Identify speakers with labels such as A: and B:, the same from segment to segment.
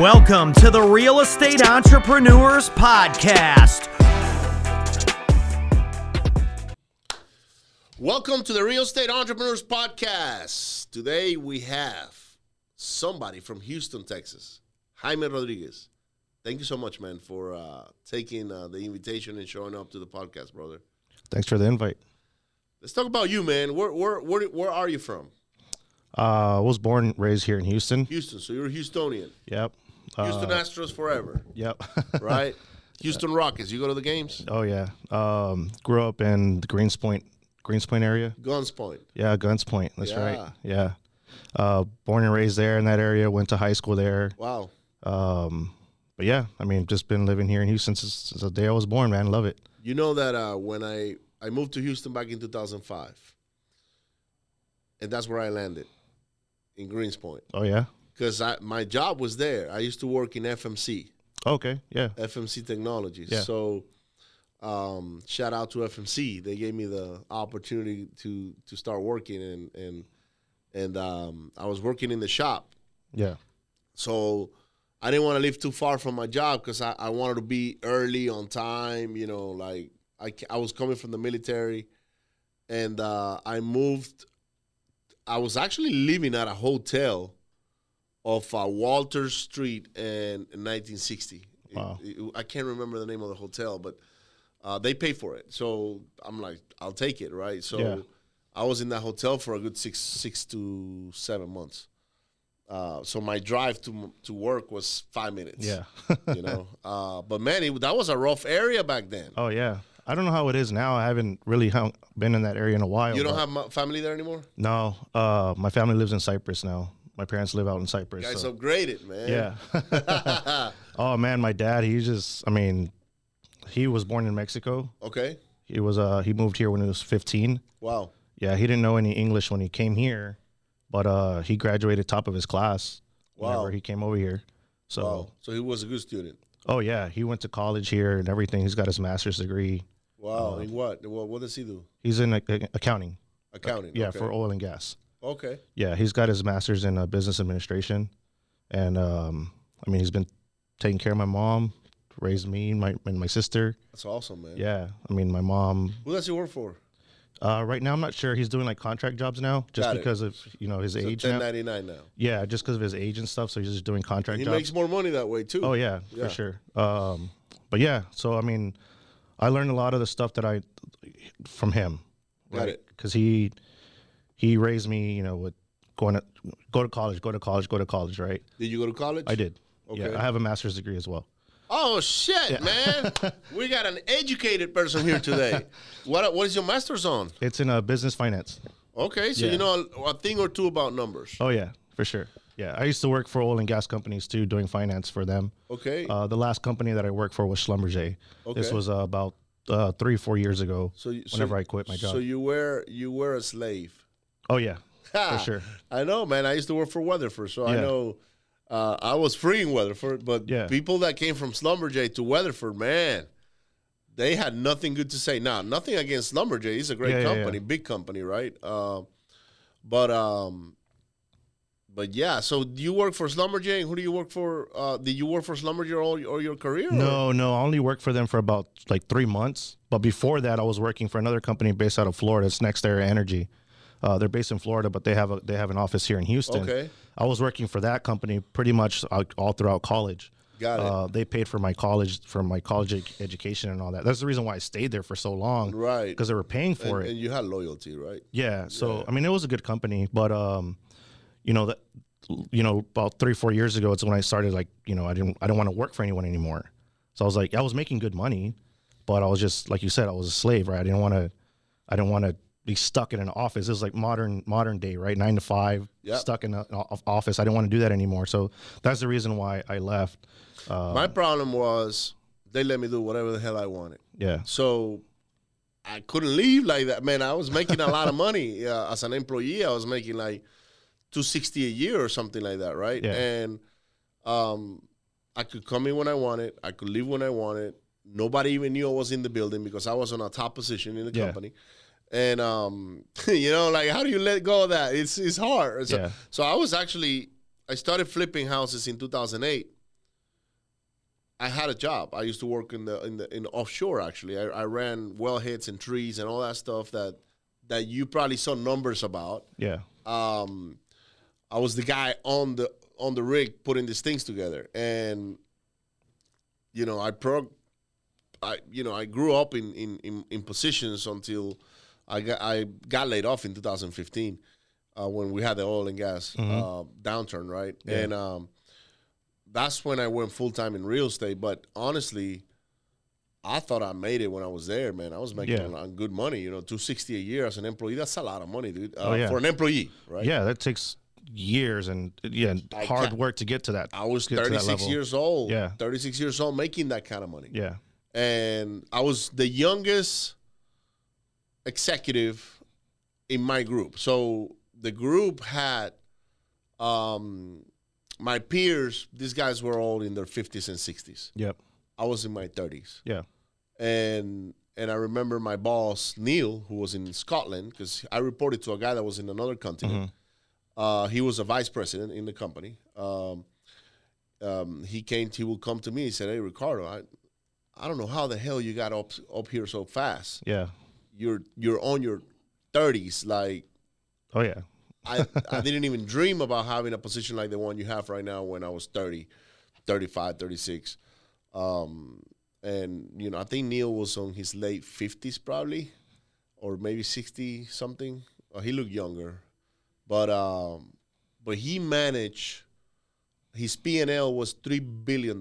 A: Welcome to the Real Estate Entrepreneurs Podcast.
B: Welcome to the Real Estate Entrepreneurs Podcast. Today we have somebody from Houston, Texas, Jaime Rodriguez. Thank you so much, man, for uh, taking uh, the invitation and showing up to the podcast, brother.
C: Thanks for the invite.
B: Let's talk about you, man. Where where where, where are you from?
C: Uh, was born and raised here in Houston.
B: Houston. So you're a Houstonian.
C: Yep. Uh,
B: Houston Astros forever,
C: yep.
B: right? Houston Rockets. You go to the games?
C: oh yeah. Um, grew up in the Greens Point, Greens Point area.
B: Guns Point.
C: Yeah, Guns Point. That's
B: Yeah.
C: right. Yeah. Uh, born and raised there in that area. Went to high school there.
B: Wow.
C: Um, but yeah, I mean, just been living here in Houston since, since the day I was born. Man, love it.
B: You know that uh, when I I moved to Houston back in 2005, and that's where I landed in Greens Point.
C: Oh yeah.
B: because my job was there. I used to work in FMC,
C: Okay. Yeah.
B: FMC Technologies.
C: Yeah.
B: So, um, shout out to FMC. They gave me the opportunity to to start working, and and and um, I was working in the shop.
C: Yeah.
B: So I didn't want to live too far from my job because I, I wanted to be early on time. You know, like I, ca- I was coming from the military, and uh, I moved. I was actually living at a hotel off uh, Walter Street and in 1960. It-
C: Wow.
B: it- I can't remember the name of the hotel, but uh, they pay for it. So I'm like, I'll take it, right? So
C: Yeah.
B: I was in that hotel for a good six six to seven months. Uh, so my drive to to work was five minutes.
C: Yeah.
B: you know. Uh, but man, it, that was a rough area back then.
C: oh yeah. I don't know how it is now. I haven't really hung, been in that area in a while.
B: you don't
C: but-
B: have mu- family there anymore.
C: No. Uh, my family lives in Cyprus now. My parents live out in Cyprus.
B: Guys
C: so-
B: upgraded, man.
C: yeah. Oh man, my dad, he just I mean, he was born in Mexico.
B: okay.
C: He was uh he moved here when he was 15.
B: Wow.
C: Yeah, he didn't know any English when he came here, but uh he graduated top of his class
B: Wow.
C: whenever he came over here. So,
B: Wow. So he was a good student.
C: oh yeah, he went to college here and everything. He's got his master's degree. Uh-huh.
B: Wow. in what? What, what does he do?
C: He's in ac- ac- accounting.
B: Accounting.
C: Yeah,
B: okay.
C: for oil and gas.
B: okay.
C: Yeah, he's got his master's in uh, business administration and um I mean, he's been taking care of my mom, raised me, my and my sister.
B: That's awesome, man.
C: Yeah, I mean, my mom
B: Who does he work for?
C: Uh, right now, I'm not sure. He's doing like contract jobs now, just
B: Got it.
C: because of you know his
B: So
C: age. Now.
B: 1099 now.
C: Yeah, just because of his age and stuff. So he's just doing contract
B: He
C: jobs.
B: makes more money that way too.
C: oh yeah,
B: Yeah.
C: for sure. Um, but yeah, so I mean, I learned a lot of the stuff that I from him.
B: Got it.
C: Because he he raised me, you know, with going to go to college, go to college, go to college. Right.
B: Did you go to college?
C: I did.
B: Okay.
C: Yeah, I have a master's degree as well.
B: Oh shit, man! we got an educated person here today. what what is your master's on?
C: It's in uh, business finance.
B: Okay, so you
C: Yeah.
B: know a, a thing or two about numbers.
C: Oh yeah, for sure. Yeah, I used to work for oil and gas companies too, doing finance for them.
B: Okay,
C: Uh, the last company that I worked for was Schlumberger. This
B: Okay.
C: was uh, about uh, three, four years ago.
B: so you- so-
C: whenever I quit my job.
B: so you were you were a slave.
C: oh yeah,
B: Ha!
C: for sure.
B: I know, man. I used to work for Weatherford, so I
C: Yeah.
B: know. Uh, I was freeing Weatherford, but
C: Yeah.
B: people that came from Slumberjay to Weatherford, man, they had nothing good to say. Now, nothing against Slumberjay; he's a great
C: Yeah, yeah,
B: company, big company, right? Uh, but um, but yeah. So do you work for Slumberjay, and who do you work for? Uh, did you work for Slumberjay all, all your career? or-
C: No, no, I only worked for them for about like three months. But before that, I was working for another company based out of Florida. It's Next Era Energy. Uh, they're based in Florida, but they have a, they have an office here in Houston.
B: Okay.
C: I was working for that company pretty much all, all throughout college.
B: Got it.
C: Uh, they paid for my college for my college ec- education and all that. That's the reason why I stayed there for so long,
B: Right.
C: Because they were paying for it.
B: and you had loyalty, right?
C: Yeah. So I mean, it was a good company, but um, you know that, you know, about three four years ago, it's when I started like, you know, I didn't I didn't want to work for anyone anymore. So I was like, I was making good money, but I was just like you said, I was a slave, right? I didn't want to, I didn't want to be stuck in an office. It was like modern modern day, right? Nine to five,
B: Yep.
C: stuck in an o- office. I didn't want to do that anymore. So that's the reason why I left. Uh,
B: My problem was they let me do whatever the hell I wanted.
C: yeah.
B: So I couldn't leave like that, man. I was making a lot of money uh, as an employee. I was making like two sixty a year or something like that, right?
C: Yeah.
B: And um, I could come in when I wanted. I could leave when I wanted. Nobody even knew I was in the building because I was on a top position in the
C: Yeah.
B: company. And um, you know, like how do you let go of that? It's it's hard. So,
C: Yeah.
B: so I was actually I started flipping houses in two thousand eight I had a job. I used to work in the in the in offshore actually. I, I ran wellheads and trees and all that stuff that that you probably saw numbers about.
C: Yeah.
B: Um, I was the guy on the on the rig putting these things together, and you know I pro, I you know I grew up in in in, in positions until I got I got laid off in 2015 uh, when we had the oil and gas uh, downturn, right?
C: Mm-hmm. Yeah.
B: And um, that's when I went full time in real estate. But honestly, I thought I made it when I was there, man. I was making
C: Yeah.
B: a lot- good money, you know, two sixty a year as an employee. That's a lot of money, dude, uh,
C: Oh, yeah.
B: for an employee, right?
C: Yeah, that takes years and yeah,
B: I
C: hard
B: can't-
C: work to get to that.
B: I was
C: get to that
B: thirty six
C: level.
B: years old.
C: Yeah.
B: thirty six years old, making that kind of money,
C: Yeah.
B: and I was the youngest executive in my group. So the group had um, my peers. These guys were all in their fifties and sixties.
C: Yep.
B: I was in my thirties.
C: Yeah.
B: and and I remember my boss Neil, who was in Scotland, because I reported to a guy that was in another continent. Uh, he was a vice president in the company. Um, um, he came. He would come to me. He said, "Hey, Ricardo, I, I don't know how the hell you got up up here so fast.
C: Yeah.
B: You're you're on your thirties. Like
C: Oh yeah.
B: I, I didn't even dream about having a position like the one you have right now when I was 30, 35, 36. Um, and, you know, I think Neil was on his late 50s probably, or maybe 60 something. Uh, he looked younger. But, um, but he managed, his P&L was $3 billion.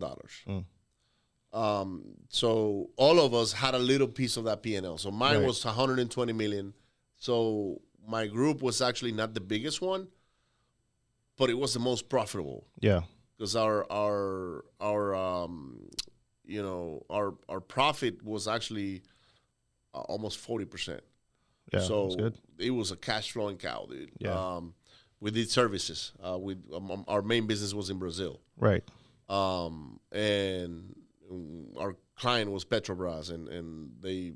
B: Um, so all of us had a little piece of that P&L. So mine
C: Right.
B: was 120 million. So my group was actually not the biggest one, but it was the most profitable
C: Yeah.
B: because our our our um, you know our our profit was actually uh, almost 40 percent.
C: Yeah.
B: so
C: that's good.
B: it was a cash flowing cow, dude.
C: Yeah.
B: Um, we did services. Uh, we um, um, our main business was in Brazil
C: Right.
B: um, and our client was Petrobras, and and they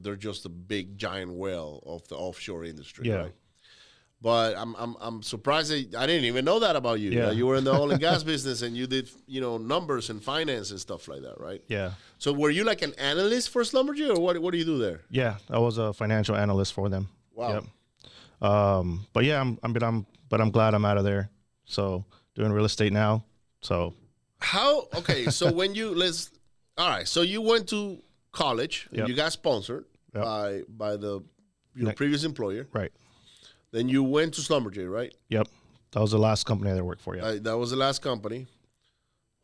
B: they're just a big giant whale of the offshore industry.
C: Yeah.
B: Right? But I'm, I'm I'm surprised that I didn't even know that about you.
C: Yeah.
B: that you were in the oil and gas business, and you did you know numbers and finance and stuff like that, right?
C: Yeah.
B: So were you like an analyst for Schlumberger, or what? What do you do there?
C: Yeah. I was a financial analyst for them.
B: Wow.
C: Yep. Um, but yeah, I'm, I'm, but I'm, but I'm glad I'm out of there. So doing real estate now. So
B: How okay? So when you let's all right. So you went to college. and
C: Yep.
B: You got sponsored
C: Yep.
B: by by the your
C: Ne-
B: previous employer.
C: right.
B: Then you went to Schlumberger, right?
C: Yep. That was the last company that I worked for. Yeah.
B: Uh, that was the last company.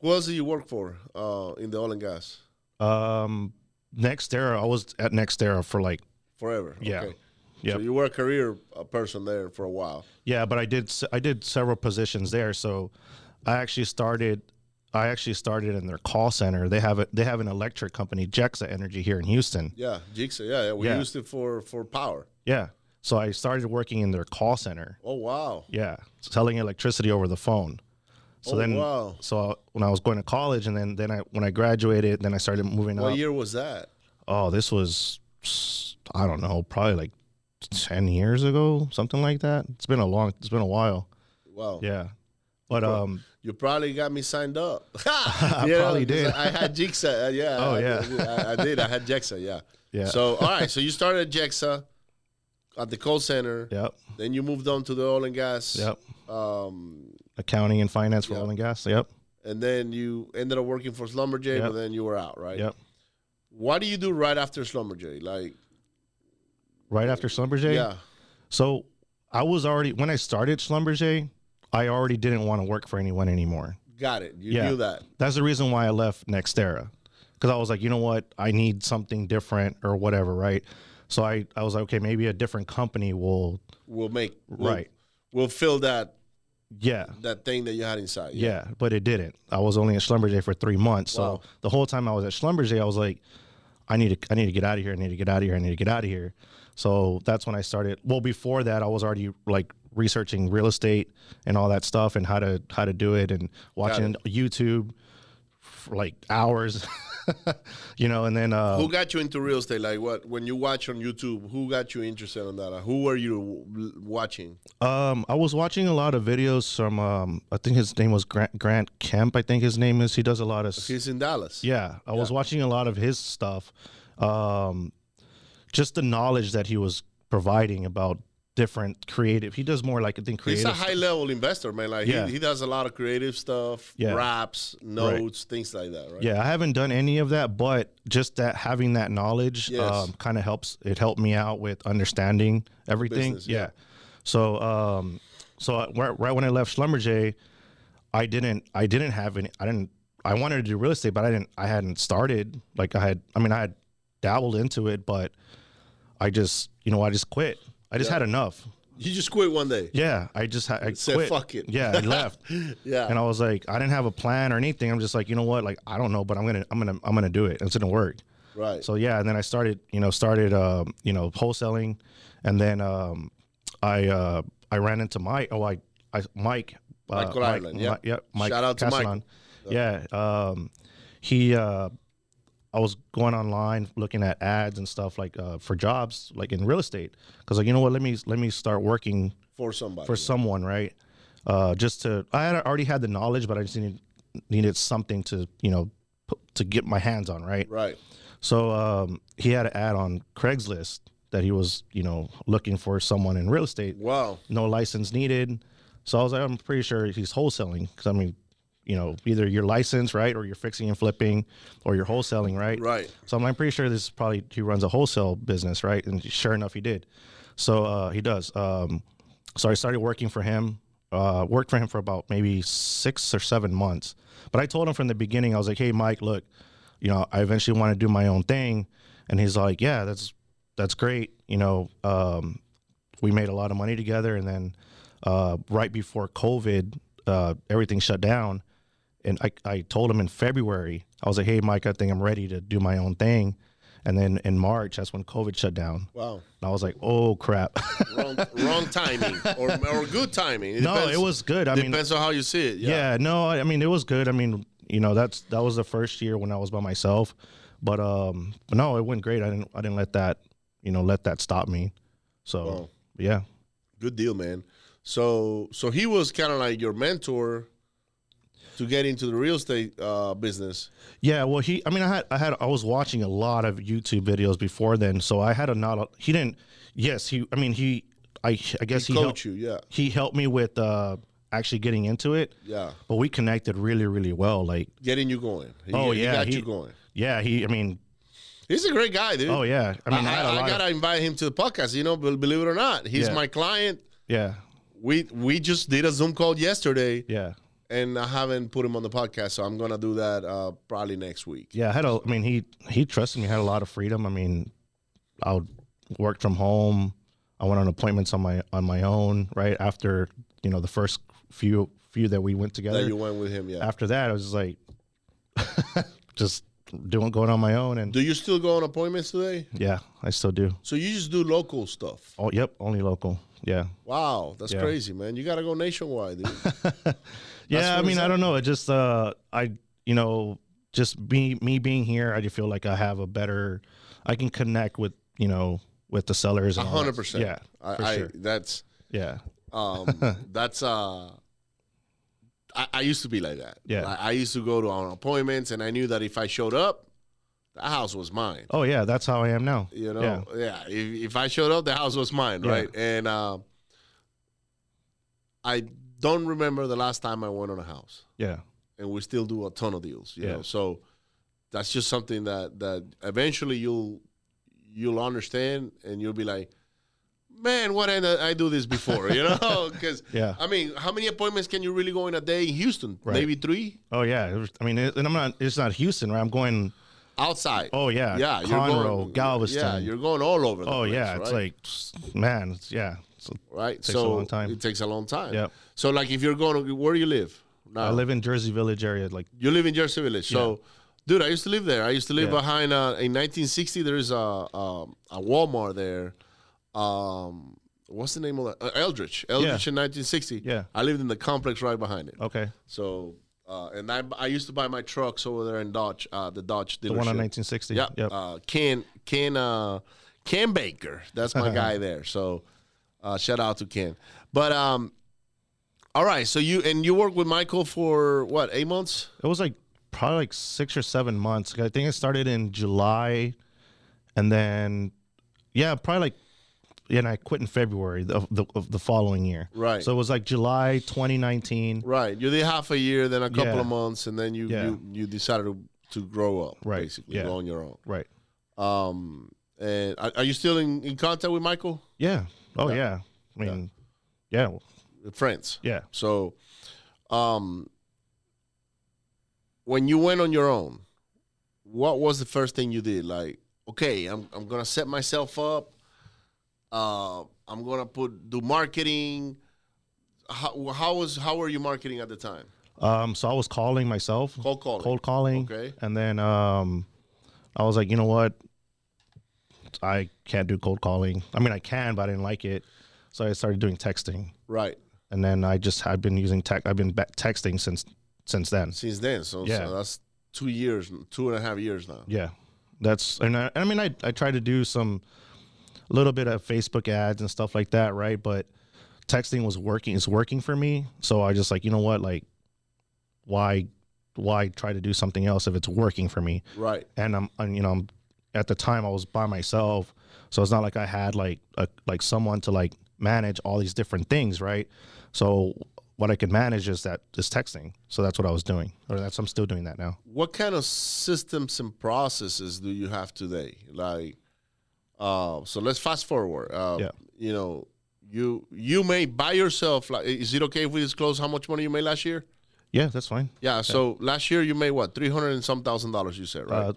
B: Who else did you work for uh, in the oil and gas?
C: Um, NextEra. I was at NextEra for like
B: Forever.
C: Yeah.
B: So
C: Yep.
B: you were a career uh, person there for a while.
C: Yeah, but I did s- I did several positions there. So I actually started I actually started in their call center. They have a, they have an electric company, Jexa Energy here in Houston.
B: Yeah, Jigsaw. Yeah, yeah. We
C: Yeah.
B: used it for for power.
C: Yeah. So I started working in their call center.
B: Oh wow.
C: Yeah, selling electricity over the phone. So
B: Oh,
C: then
B: wow.
C: so when I was going to college and then then I when I graduated, then I started moving
B: What
C: up.
B: year was that?
C: Oh, this was s- I don't know, probably like 10 years ago, something like that. It's been a long it's been a while.
B: Wow.
C: Yeah. But um
B: You probably got me signed up. I
C: probably did.
B: I had Jigsaw. uh, yeah.
C: Oh,
B: I-
C: yeah.
B: I, I did. I had Jexa. Yeah.
C: yeah.
B: So all right. So you started at Jexa at the call center.
C: yep.
B: Then you moved on to the oil and gas.
C: Yep.
B: Um,
C: accounting and finance for
B: Yeah.
C: oil and gas. Yep.
B: and then you ended up working for Slumberjay,
C: Yep.
B: but then you were out, right?
C: Yep.
B: What do you do right after Slumberjay? Like,
C: Right after Schlumberger.
B: yeah,
C: So I was already when I started Schlumberger, I already didn't want to work for anyone anymore.
B: got it. You
C: Yeah.
B: knew that.
C: That's the reason why I left Nextera. Cause I was like, you know what? I need something different or whatever, right? So I, I was like, okay, maybe a different company will
B: We'll make we'll-
C: Right.
B: We'll, fill that
C: Yeah.
B: that thing that you had inside.
C: Yeah, but it didn't. I was only at Schlumberger for three months. So
B: Wow.
C: the whole time I was at Schlumberger, I was like, I need to, I need to get out of here. I need to get out of here. I need to get out of here. So that's when I started. Well, before that, I was already like researching real estate and all that stuff and how to how to do it and watching YouTube for like hours. you know, and then uh,
B: Who got you into real estate? Like what? When you watch on YouTube, who got you interested in that? Who were you w- watching?
C: Um, I was watching a lot of videos from um, I think his name was Grant Grant Kemp. I think his name is. He does a lot of s-
B: He's in Dallas.
C: yeah. I was watching a lot of his stuff. Um, just the knowledge that he was providing about different creative. He does more like I think
B: He's
C: creative.
B: a high level investor, man. Like
C: Yeah.
B: he, he does a lot of creative stuff,
C: Yeah.
B: raps, notes, things like that, right?
C: yeah, I haven't done any of that, but just that having that knowledge
B: Yes.
C: um, kind of helps. It helped me out with understanding everything.
B: Business,
C: yeah.
B: yeah.
C: So, um, so I- right, right when I left Schlumberger, I didn't, I didn't have any, I didn't, I wanted to do real estate, but I didn't, I hadn't started. Like I had, I mean, I had dabbled into it, but I just, you know, I just quit. I just had enough.
B: You just quit one day.
C: Yeah, I just had, I
B: Said,
C: quit.
B: "Fuck it."
C: Yeah, I left.
B: Yeah.
C: And I was like, I didn't have a plan or anything. I'm just like, you know what? Like, I don't know, but I'm gonna, I'm gonna, I'm gonna do it. It's gonna work.
B: Right.
C: So yeah, and then I started, you know, started, um, you know, wholesaling, and then um, I, uh, I ran into Mike. Oh, I, I Mike. Uh,
B: Michael
C: Mike-
B: Ireland, yeah.
C: Mi- yeah. Mike
B: Shout out to Mike.
C: Castellan. Yeah. Um, he, uh, I was going online looking at ads and stuff like uh, for jobs, like in real estate, because like you know what, let me let me start working
B: for somebody.
C: for someone, right? Uh, just to, I had already had the knowledge, but I just needed needed something to, you know, put, to get my hands on, right?
B: right.
C: So um, he had an ad on Craigslist that he was, you know, looking for someone in real estate,
B: Wow.
C: no license needed. So I was like, I'm pretty sure he's wholesaling because I mean, you know, either you're licensed, right, or you're fixing and flipping, or you're wholesaling, right?
B: Right.
C: So I'm like, pretty sure this is probably he runs a wholesale business, right? And sure enough, he did. So uh, he does. Um, so I started working for him. Uh, worked for him for about maybe six or seven months. But I told him from the beginning, I was like, "Hey, Mike, look, you know, I eventually want to do my own thing." And he's like, "Yeah, that's that's great." You know, um, we made a lot of money together, and then uh, right before COVID, uh, everything shut down and I, I told him in February, I was like, hey, Mike, I think I'm ready to do my own thing. And then in March, that's when COVID shut down.
B: Wow.
C: And I was like, oh, crap.
B: Wrong, wrong timing or, or good timing. It
C: no,
B: depends-
C: it was good. I mean,
B: depends on how you see it. Yeah.
C: yeah. no, I I mean, it was good. I mean, you know, that's that was the first year when I was by myself. But um, but no, it went great. I didn't I didn't let that, you know, let that stop me. So,
B: Wow.
C: yeah.
B: Good deal, man. So so he was kind of like your mentor to get into the real estate uh, business.
C: Yeah, well, he. I mean, I had, I had, I was watching a lot of YouTube videos before then, so I had a not. He didn't. Yes, he. I mean, he. I. I guess he.
B: Coach
C: helped,
B: you, yeah,
C: He helped me with uh actually getting into it,
B: yeah,
C: but we connected really, really well. Like,
B: getting you going. He,
C: Oh,
B: he
C: yeah,
B: got
C: he-
B: you going.
C: yeah, he. I mean,
B: He's a great guy, dude.
C: oh yeah. I mean, I,
B: I,
C: had a
B: I
C: lot. of-
B: gotta invite him to the podcast. You know, be- believe it or not, he's
C: Yeah.
B: my client.
C: yeah,
B: We we just did a Zoom call yesterday,
C: yeah,
B: and I haven't put him on the podcast, so I'm gonna do that uh, probably next week.
C: yeah. I had a. I mean, he he trusted me. Had a lot of freedom. I mean, I would work from home. I went on appointments on my on my own. Right after you know the first few few that we went together.
B: That you went with him, yeah.
C: after that, I was just like, just doing going on my own, and
B: Do you still go on appointments today?
C: yeah, I still do.
B: So you just do local stuff.
C: Oh, yep, only local. Yeah,
B: Wow, that's
C: Yeah.
B: crazy, man. You gotta go nationwide, dude.
C: yeah.
B: what
C: I
B: it's
C: mean, I
B: like.
C: don't know. It just, uh, I, you know, just me, me being here, I just feel like I have a better, I can connect with, you know, with the sellers. and all that.
B: hundred percent.
C: Yeah,
B: I,
C: for
B: I
C: sure.
B: that's
C: yeah,
B: um that's uh I, I used to be like that.
C: Yeah.
B: Like, I used to go to on appointments and I knew that if I showed up, the house was mine.
C: Oh yeah, that's how I am now.
B: You know,
C: Yeah.
B: yeah. if, if I showed up, the house was mine,
C: Yeah.
B: right? And uh, I don't remember the last time I went on a house,
C: Yeah,
B: and we still do a ton of deals. You
C: Yeah.
B: know, so that's just something that that eventually you'll you'll understand, and you'll be like, man, why didn't I do this before? You know, because
C: Yeah.
B: I mean, how many appointments can you really go in a day in Houston?
C: Right.
B: Maybe three
C: Oh yeah. It was- I mean, it, and I'm not. It's not Houston, right? I'm going.
B: outside.
C: Oh yeah.
B: yeah,
C: Conroe, Galveston.
B: Yeah, you're going all over. The
C: oh
B: place,
C: yeah.
B: right?
C: It's like, man. It's, yeah. It's,
B: right?
C: Takes a long time.
B: It takes a long time.
C: Yep.
B: So like if you're going to where do you live? Now
C: I live in Jersey Village area, like
B: you live in Jersey Village. So dude, I used to live there. I used to live
C: Yeah.
B: behind uh, in 1960 there is a um, a Walmart there. Um what's the name of that? Uh, Eldridge. Eldridge in 1960.
C: Yeah. Oh.
B: I lived in the complex right behind it.
C: okay,
B: So Uh, and I, I used to buy my trucks over there in Dodge, uh, the Dodge dealership.
C: The one on 1960.
B: Yep.
C: Yep.
B: Uh, Ken Ken uh, Ken Baker. That's my guy there. So uh, shout out to Ken. But um, all right. So you and you worked with Michael for what eight months?
C: it was like probably like six or seven months. I think it started in July, and then yeah, probably like yeah, and I quit in February of the of the following year.
B: Right.
C: So it was like July 2019.
B: Right. You did half a year, then a couple
C: Yeah.
B: of months, and then you
C: Yeah.
B: you, you decided to, to grow up
C: Right,
B: basically
C: yeah.
B: on your own.
C: Right.
B: Um, and are, are you still in, in contact with Michael?
C: Yeah. Oh yeah. I mean, yeah. Yeah.
B: Friends. So, um, when you went on your own, what was the first thing you did? Like, okay, I'm I'm gonna set myself up. Uh, I'm gonna put do marketing. How how was how were you marketing at the time?
C: Um. So I was calling myself.
B: Cold calling.
C: cold calling.
B: Okay.
C: And then um, I was like, you know what? I can't do cold calling. I mean, I can, but I didn't like it, so I started doing texting.
B: Right.
C: And then I just have been using tech. I've been ba- texting since since then.
B: Since then, so, so
C: Yeah.
B: that's two years, two and a half years now.
C: Yeah, that's and I, I mean, I I try to do some a little bit of Facebook ads and stuff like that, right? But texting was working. It's working for me, so I just like, you know what? Like, why why try to do something else if it's working for me?
B: Right.
C: and I'm, i you know I'm, at the time I was by myself, so it's not like I had like a, like someone to like manage all these different things, right? So what I could manage is that is texting. So that's what I was doing, or that's I'm still doing that now.
B: what kind of systems and processes do you have today like uh, so let's fast forward uh,
C: Yeah.
B: you know you you made by yourself like is it okay if we disclose how much money you made last year
C: Yeah, that's fine.
B: yeah so last year you made what 300 and some thousand dollars you said right
C: Uh,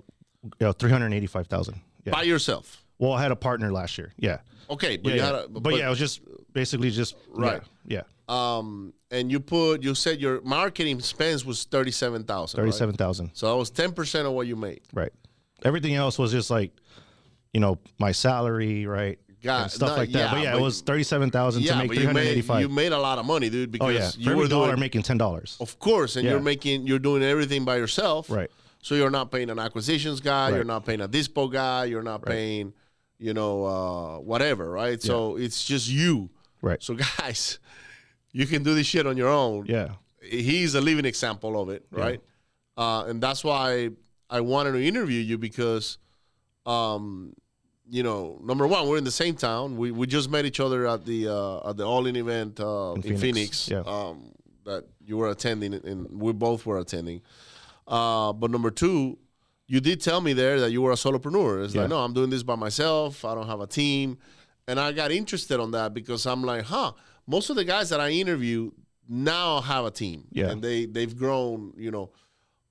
C: yeah, three hundred eighty-five thousand. Yeah.
B: by yourself
C: well, I had a partner last year. Yeah.
B: okay but
C: Yeah.
B: you
C: yeah.
B: had a,
C: but, yeah, it was just basically just
B: Right.
C: Yeah, yeah
B: um and you put you said your marketing expense was 37000 right?
C: thirty-seven thousand.
B: so that was 10% of what you made
C: Right. Everything else was just like, you know, my salary, right?
B: Got-
C: and stuff
B: no,
C: like that.
B: yeah,
C: but yeah,
B: but-
C: it was thirty-seven thousand to make
B: but
C: three
B: you
C: hundred
B: made,
C: eighty-five.
B: you made a lot of money dude
C: Oh
B: because
C: yeah,
B: you
C: for
B: were Oh.
C: every dollar
B: doing
C: making ten dollars.
B: Of course, and you're
C: Yeah.
B: making you're doing everything by yourself.
C: Right.
B: So you're not paying an acquisitions guy, you're
C: Right.
B: not paying a dispo guy, you're not paying, you know, uh, whatever, right? So it's just you.
C: Right.
B: So guys, you can do this shit on your own.
C: Yeah.
B: He's a living example of it, right? Uh, and that's why I wanted to interview you because um, you know, number one, we're in the same town. We we just met each other at the uh, at the all in event uh, in, Phoenix,
C: Phoenix, yeah.
B: um, that you were attending, and we both were attending. Uh, but number two, you did tell me there that you were a solopreneur. It's
C: Yeah.
B: like, no, I'm doing this by myself. I don't have a team, and I got interested on that because I'm like, huh. Most of the guys that I interview now have a team,
C: Yeah.
B: and they they've grown, you know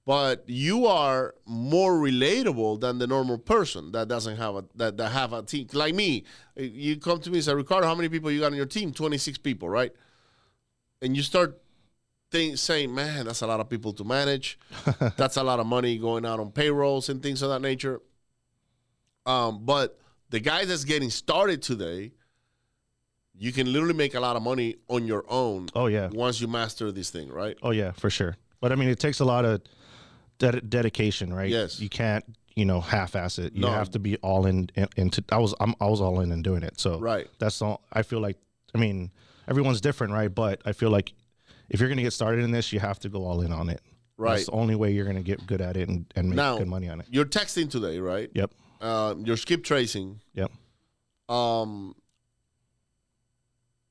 B: but you are more relatable than the normal person that doesn't have a that, that have a team like me you come to me and say ricardo how many people you got on your team 26 people right and you start think, saying man that's a lot of people to manage that's a lot of money going out on payrolls and things of that nature um, but the guy that's getting started today you can literally make a lot of money on your own
C: Oh yeah.
B: once you master this thing right
C: Oh yeah, for sure. But I mean, it takes a lot of ded- dedication, right?
B: Yes.
C: You can't, you know, half-ass it. You
B: No.
C: have to be all in. in- Into I was, I'm, I was all in and doing it. So
B: right
C: Oh, that's all. I feel like, I mean, everyone's different, right? But I feel like if you're gonna get started in this, you have to go all in on it.
B: right
C: That's the only way you're gonna get good at it and, and make
B: Now-
C: good money on it.
B: You're texting today, right?
C: Yep.
B: Um, you're skip tracing.
C: Yep.
B: Um,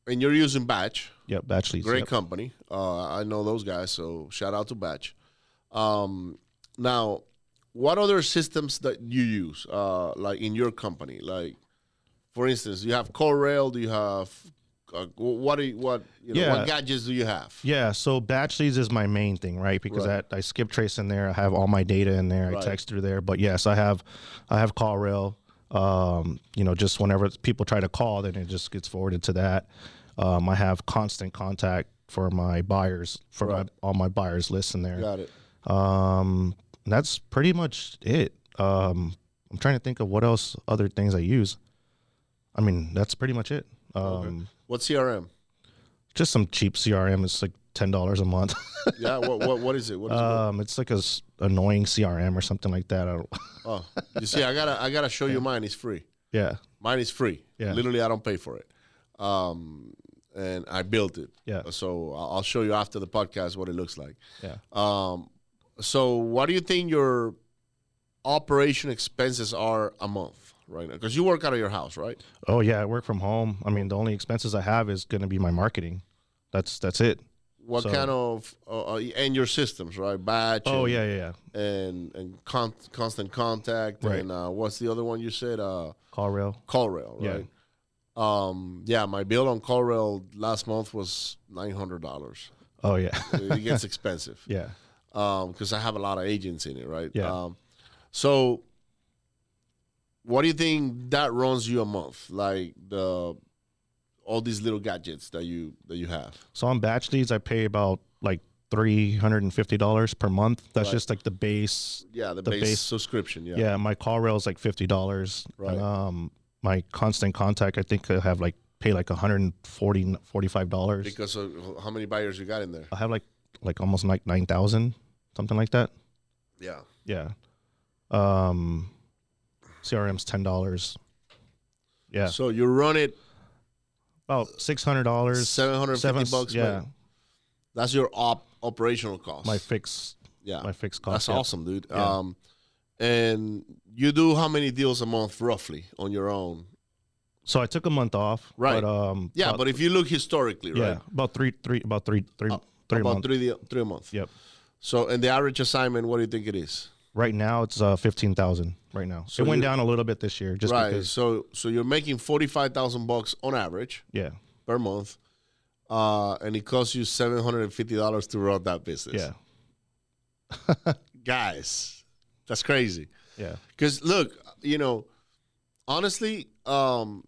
B: and you're using Batch,
C: Yep. Batch leads.
B: great
C: Yep.
B: company. Uh, I know those guys, so shout out to Batch. Um, now, what other systems that you use, uh, like in your company? Like, for instance, you have CoreRail. Do you have uh, wh- what? Do you, what? You know, What
C: Yeah.
B: gadgets do you have?
C: Yeah, so batch leads is my main thing, right? Because
B: Right.
C: I, I skip trace in there. I have all my data in there.
B: Right.
C: I text through there. But yes, I have I have call rail. Um, you know, just whenever people try to call, then it just gets forwarded to that. Um, I have constant contact for my buyers for
B: Right.
C: my, all my buyers list in there.
B: Got it.
C: Um, and that's pretty much it. Um, I'm trying to think of what else other things I use. I mean, that's pretty much it. Um,
B: What CRM?
C: just some cheap CRM. It's like ten dollars a month.
B: Yeah. What what what is it? What is
C: um, it's like a s- annoying CRM or something like that. I don't,
B: it? Oh, you see, I gotta I gotta show you mine. It's free.
C: yeah,
B: Mine is free.
C: Yeah.
B: Literally, I don't pay for it. Um, and I built it.
C: Yeah.
B: So I'll I'll show you after the podcast what it looks like.
C: yeah.
B: Um, so what do you think your operation expenses are a month right now? Because you work out of your house, right?
C: Oh yeah, I work from home. I mean, the only expenses I have is going to be my marketing. That's that's it.
B: What
C: So-
B: kind of uh, uh, and your systems, right? Batch.
C: Oh
B: and-
C: yeah, yeah, yeah.
B: and and con- constant contact
C: Right.
B: and uh, what's the other one you said uh
C: Call rail.
B: CallRail
C: Yeah.
B: right um yeah my bill on CallRail last month was $900
C: Oh yeah,
B: it gets expensive
C: yeah,
B: um cuz I have a lot of agents in it right
C: Yeah.
B: um so what do you think that runs you a month like the all these little gadgets that you that you have
C: So on batch leads, I pay about like three hundred and fifty dollars per month. That's
B: Right.
C: just like the base.
B: yeah the,
C: The
B: base,
C: base-
B: subscription yeah
C: Yeah, my call rail is like fifty dollars.
B: Right.
C: um, my constant contact, I think I have like pay like one hundred and forty forty five dollars.
B: because of how many buyers you got in there
C: I have like like almost like nine thousand, something like that.
B: yeah
C: Yeah. Um, CRM's ten dollars. Yeah,
B: so you run it
C: about six hundred dollars.
B: 750 bucks
C: Yeah,
B: man. That's your op operational cost.
C: my fixed
B: yeah,
C: my fixed cost.
B: that's
C: yeah.
B: awesome, dude.
C: Yeah.
B: Um, and you do how many deals a month roughly on your own?
C: So I took a month off.
B: Right.
C: But, um,
B: Yeah,
C: about-
B: but if you look historically,
C: yeah,
B: right, Uh,
C: about three three about three three three
B: about
C: months.
B: three deal, three a month.
C: Yep.
B: So, and the average assignment, what do you think it is?
C: Right now it's uh fifteen thousand. Right now,
B: So
C: it went
B: you-
C: down a little bit this year, just
B: right.
C: because.
B: So, so you're making forty five thousand bucks on average
C: Yeah.
B: per month, uh, and it costs you seven hundred and fifty dollars to run that business.
C: Yeah.
B: guys, that's crazy.
C: Yeah.
B: Because look, you know, honestly, um,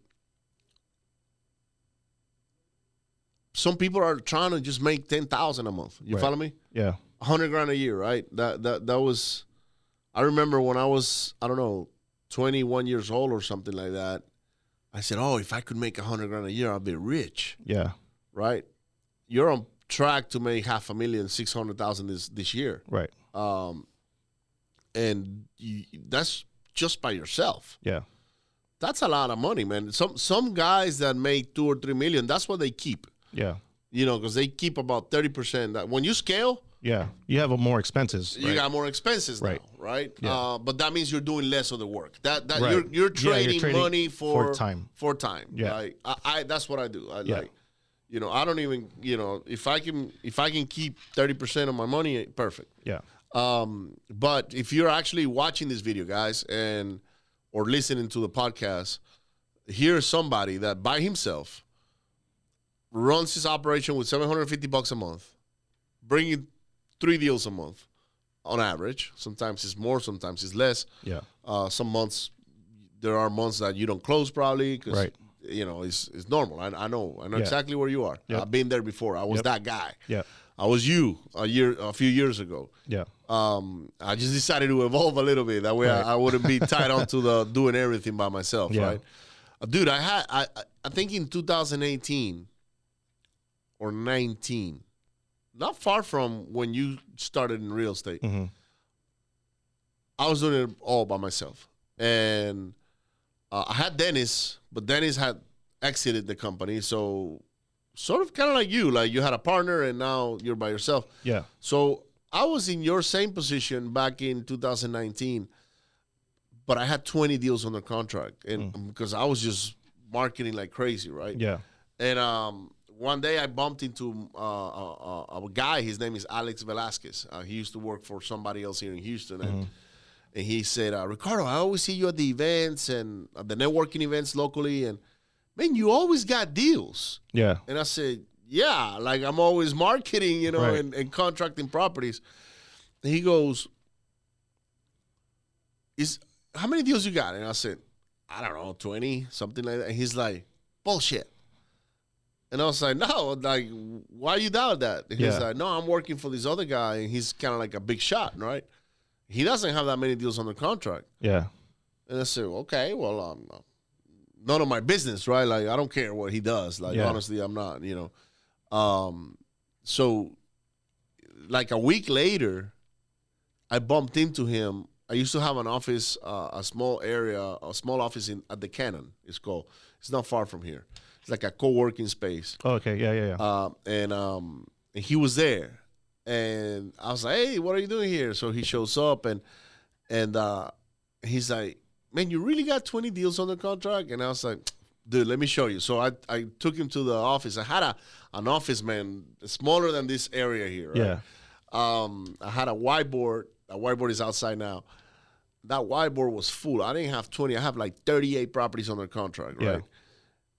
B: some people are trying to just make ten thousand a month. You
C: Right.
B: follow me?
C: Yeah.
B: A hundred grand a year, right? That that that was. I remember when I was I don't know, twenty one years old or something like that. I said, "Oh, if I could make a hundred grand a year, I'd be rich."
C: Yeah.
B: Right? You're on track to make half a million, six hundred thousand this this year,
C: Right.
B: um, and you, that's just by yourself
C: Yeah.
B: that's a lot of money, man. Some some guys that make two or three million, that's what they keep.
C: Yeah.
B: You know, because they keep about thirty percent. When you scale,
C: Yeah. You have a more expenses.
B: you
C: right?
B: got more expenses
C: Right.
B: now, right?
C: Yeah.
B: Uh, but that means you're doing less of the work. That that
C: Right.
B: you're, you're,
C: Yeah, you're
B: trading
C: trading
B: money for,
C: for time.
B: For time,
C: Yeah.
B: Like, I, I that's what I do. I
C: Yeah.
B: like, you know, I don't even, you know, if I can if I can keep thirty percent of my money, perfect.
C: yeah.
B: Um, but if you're actually watching this video, guys, and or listening to the podcast, here's somebody that by himself runs his operation with 750 bucks a month, bringing three deals a month on average. Sometimes it's more, sometimes it's less.
C: Yeah.
B: Uh, some months there are months that you don't close probably 'cause,
C: Right.
B: you know it's it's normal. I, I know I know
C: Yeah.
B: exactly where you are.
C: Yep.
B: I've been there before. I was
C: Yep.
B: that guy.
C: Yeah.
B: I was you a year a few years ago
C: Yeah.
B: um, I just decided to evolve a little bit. That way, I, I wouldn't be tied onto the doing everything by myself,
C: Yeah.
B: right? Uh, Dude, I had I I- I think in 2018 or 19, not far from when you started in real estate,
C: hmm
B: I was doing it all by myself, and uh, I had Dennis, but Dennis had exited the company, so sort of kind of like you, like you had a partner, and now you're by yourself.
C: Yeah.
B: So I was in your same position back in 2019, but I had 20 deals under contract, and because I was just marketing like crazy, right?
C: Yeah.
B: And um, one day I bumped into uh, a, a, a guy. His name is Alex Velasquez. Uh, he used to work for somebody else here in Houston,
C: mm-hmm.
B: and, and he said, uh, "Ricardo, I always see you at the events and at the networking events locally, and man, you always got deals."
C: Yeah.
B: And I said, Yeah, like I'm always marketing, you know,
C: Right.
B: and, and contracting properties. And he goes, Is how many deals you got? And I said, I don't know, 20, something like that. And he's like, Bullshit. And I was like, No, like, why you doubt that? And he's
C: Yeah.
B: like, No, I'm working for this other guy, and he's kind of like a big shot, right? He doesn't have that many deals on the contract.
C: Yeah.
B: And I said, okay, well, um, none of my business, right? Like, I don't care what he does. Like,
C: Yeah.
B: honestly, I'm not, you know. Um, so like a week later, I bumped into him. I used to have an office, uh, a small area, a small office in at the Cannon. It's called. It's not far from here. It's like a co-working space.
C: Oh, okay. Yeah, yeah, yeah.
B: Um, and um, and he was there, and I was like, "Hey, what are you doing here?" So he shows up, and and uh, he's like, "Man, you really got twenty deals under contract?" And I was like, "Dude, let me show you." So I, I took him to the office. I had a an office man smaller than this area here. Right?
C: yeah.
B: um, I had a whiteboard. That whiteboard is outside now. That whiteboard was full. I didn't have 20. I have like 38 properties under contract,
C: Yeah.
B: right?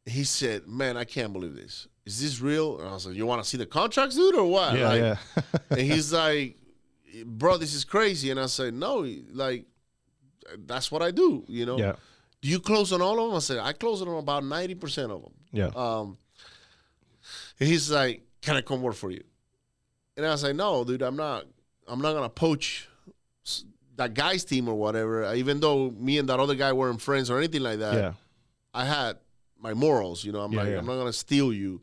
B: He said, Man, I can't believe this. Is this real? And I was like, You want to see the contracts, dude, or what?
C: Yeah,
B: Like,
C: yeah.
B: and he's like, Bro, this is crazy. And I said, No, like, that's what I do, you know?
C: yeah.
B: Do you close on all of them? I said, I close on about 90% of them.
C: Yeah.
B: Um, and he's like, "Can I come work for you?" And I was like, "No, dude, I'm not. I'm not gonna poach s- that guy's team or whatever. uh, Even though me and that other guy weren't friends or anything like that,
C: yeah.
B: I had my morals. You know, I'm
C: Yeah,
B: like,
C: yeah.
B: I'm not gonna steal you."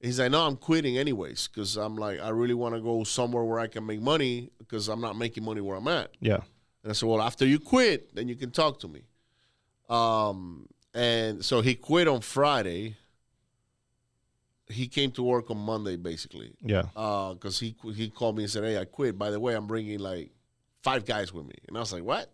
B: He's like, "No, I'm quitting anyways, because I'm like, I really want to go somewhere where I can make money, because I'm not making money where I'm at."
C: Yeah.
B: And I said, well, after you quit, then you can talk to me. Um, and so he quit on Friday. He came to work on Monday, basically,
C: Yeah.
B: because he qu- he called me and said, hey, I quit. By the way, I'm bringing like five guys with me. And I was like, what?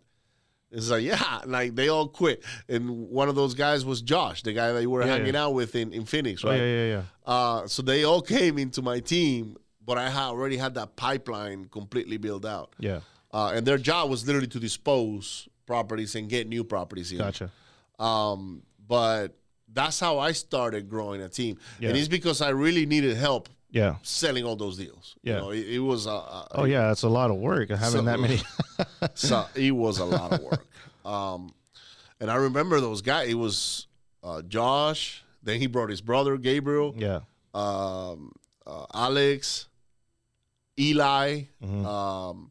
B: It's like, yeah, like they all quit. And one of those guys was Josh, the guy that you were
C: Yeah,
B: hanging
C: yeah.
B: out with in, in Phoenix,
C: Oh,
B: right?
C: yeah, yeah, yeah.
B: Uh, so they all came into my team, but I had already had that pipeline completely built out
C: Yeah.
B: uh, and their job was literally to dispose properties and get new properties in.
C: Gotcha.
B: Um, but that's how I started growing a team,
C: Yeah.
B: and it's because I really needed help
C: Yeah.
B: selling all those deals.
C: Yeah.
B: you know, it, it was a, a
C: Oh, yeah. That's a lot of work having
B: So-
C: that many.
B: so it was a lot of work. Um, and I remember those guys. It was uh, Josh. Then he brought his brother Gabriel,
C: yeah.
B: um, uh, Alex, Eli.
C: Mhm.
B: Um,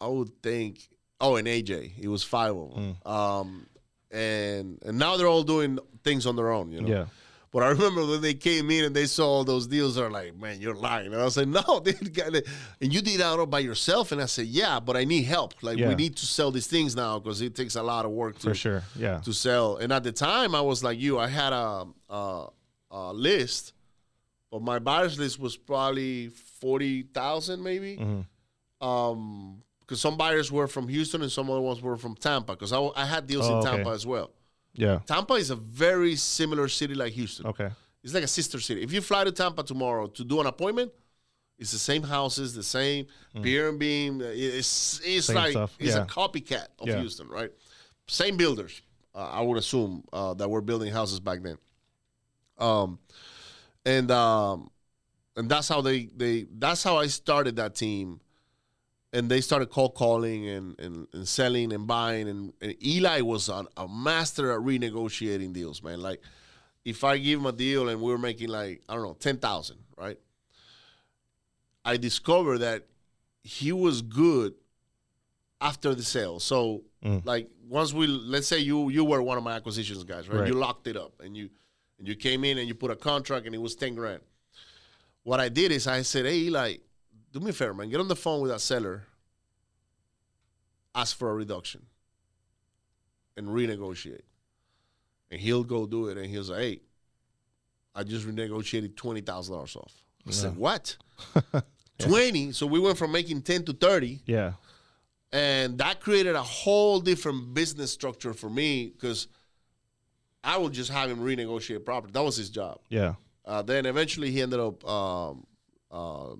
B: I would think. Oh, and AJ, it was five of them.
C: Mm.
B: Um, and and now they're all doing things on their own, you know.
C: Yeah.
B: But I remember when they came in and they saw all those deals. They're like, "Man, you're lying." And I said, "No, dude, got it. and you did that all by yourself." And I said, "Yeah, but I need help. Like,
C: Yeah.
B: we need to sell these things now because it takes a lot of work
C: For
B: to
C: sure. Yeah.
B: to sell. And at the time, I was like you. I had a a, a list, but my buyers list was probably forty thousand, maybe.
C: Mhm.
B: Um, because some buyers were from Houston and some other ones were from Tampa. Because I, w- I had deals
C: Oh,
B: in
C: okay.
B: Tampa as well.
C: Yeah.
B: Tampa is a very similar city like Houston.
C: Okay.
B: It's like a sister city. If you fly to Tampa tomorrow to do an appointment. It's the same houses, the same pier and beam. uh, it- It's it's
C: Mm. Same
B: like
C: stuff,
B: it's
C: yeah.
B: a copycat of
C: Yeah.
B: Houston, right? Same builders, uh, I would assume uh, that were building houses back then. Um, and um, and that's how they they that's how I started that team, and they started cold calling and and, and selling and buying and, and Eli was an, a master at renegotiating deals, man. Like if I give him a deal and we were making like I don't know ten thousand, right? I discovered that he was good after the sale. So
C: Mm.
B: like once we let's say you you were one of my acquisitions guys, right?
C: Right.
B: You locked it up and you and you came in and you put a contract and it was ten grand. What I did is I said, Hey Eli, do me a favor, man, get on the phone with that seller, ask for a reduction and renegotiate. And he'll go do it and he'll say, Hey, I just renegotiated twenty thousand dollars off. I said, What? Twenty? So we went from making ten to thirty
C: Yeah.
B: and that created a whole different business structure for me because I would just have him renegotiate property. That was his job.
C: Yeah.
B: Uh, then eventually he ended up um, uh,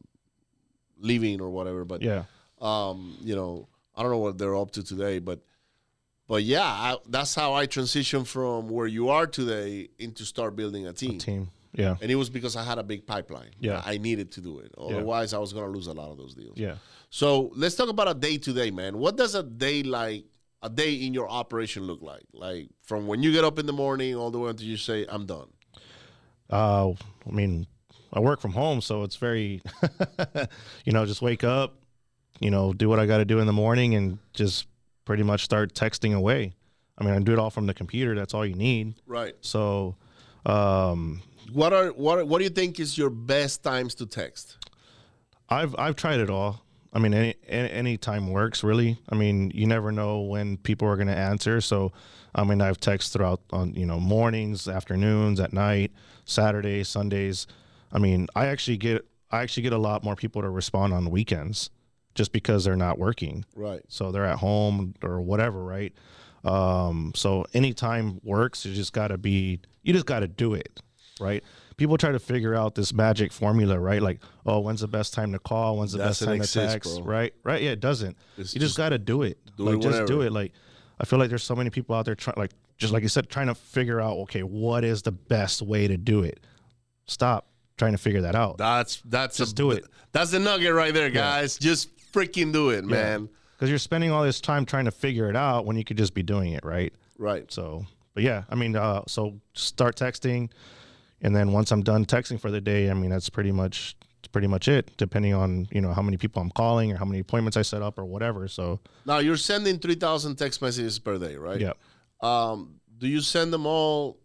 B: leaving or whatever. But
C: Yeah.
B: um, you know, I don't know what they're up to today, but but yeah, I, that's how I transitioned from where you are today into start building a team.
C: Team. Yeah.
B: And it was because I had a big pipeline.
C: Yeah.
B: I needed to do it. Otherwise, I was going to lose a lot of those deals.
C: Yeah.
B: So let's talk about a day today, man. What does a day like a day in your operation look like? Like from when you get up in the morning all the way until you say I'm done.
C: Uh, I mean, I work from home, so it's very, you know, just wake up, you know, do what I got to do in the morning, and just pretty much start texting away. I mean, I do it all from the computer. That's all you need.
B: Right.
C: So, um,
B: What are what are, what do you think is your best times to text?
C: I've I've tried it all. I mean, any any any time works really. I mean, you never know when people are going to answer. So, I mean, I've texted throughout on you know mornings, afternoons, at night, Saturdays, Sundays. I mean, I actually get I actually get a lot more people to respond on weekends, just because they're not working,
B: Right.
C: so they're at home or whatever, right? Um, so any time works. You just got to be you just got to do it, right? People try to figure out this magic formula, right? Like, oh, when's the best time to call? When's the
B: Doesn't
C: best time
B: exist,
C: to text?
B: bro.
C: Right, right. Yeah, it doesn't.
B: It's
C: you just,
B: just-
C: got to do it.
B: do
C: like,
B: it
C: just do
B: whenever.
C: it. Like, I feel like there's so many people out there trying, like, just like you said, trying to figure out, okay, what is the best way to do it? Stop trying to figure that out
B: That's that's
C: Just do it.
B: That's the nugget right there, guys. Just freaking do it, man.
C: because you're spending all this time trying to figure it out when you could just be doing it, right?
B: Right.
C: So, but yeah, I mean, uh, so start texting, and then once I'm done texting for the day, I mean, that's pretty much that's pretty much it. Depending on you know how many people I'm calling or how many appointments I set up or whatever. So
B: Now you're sending three thousand text messages per day, right?
C: yeah,
B: Um, do you send them all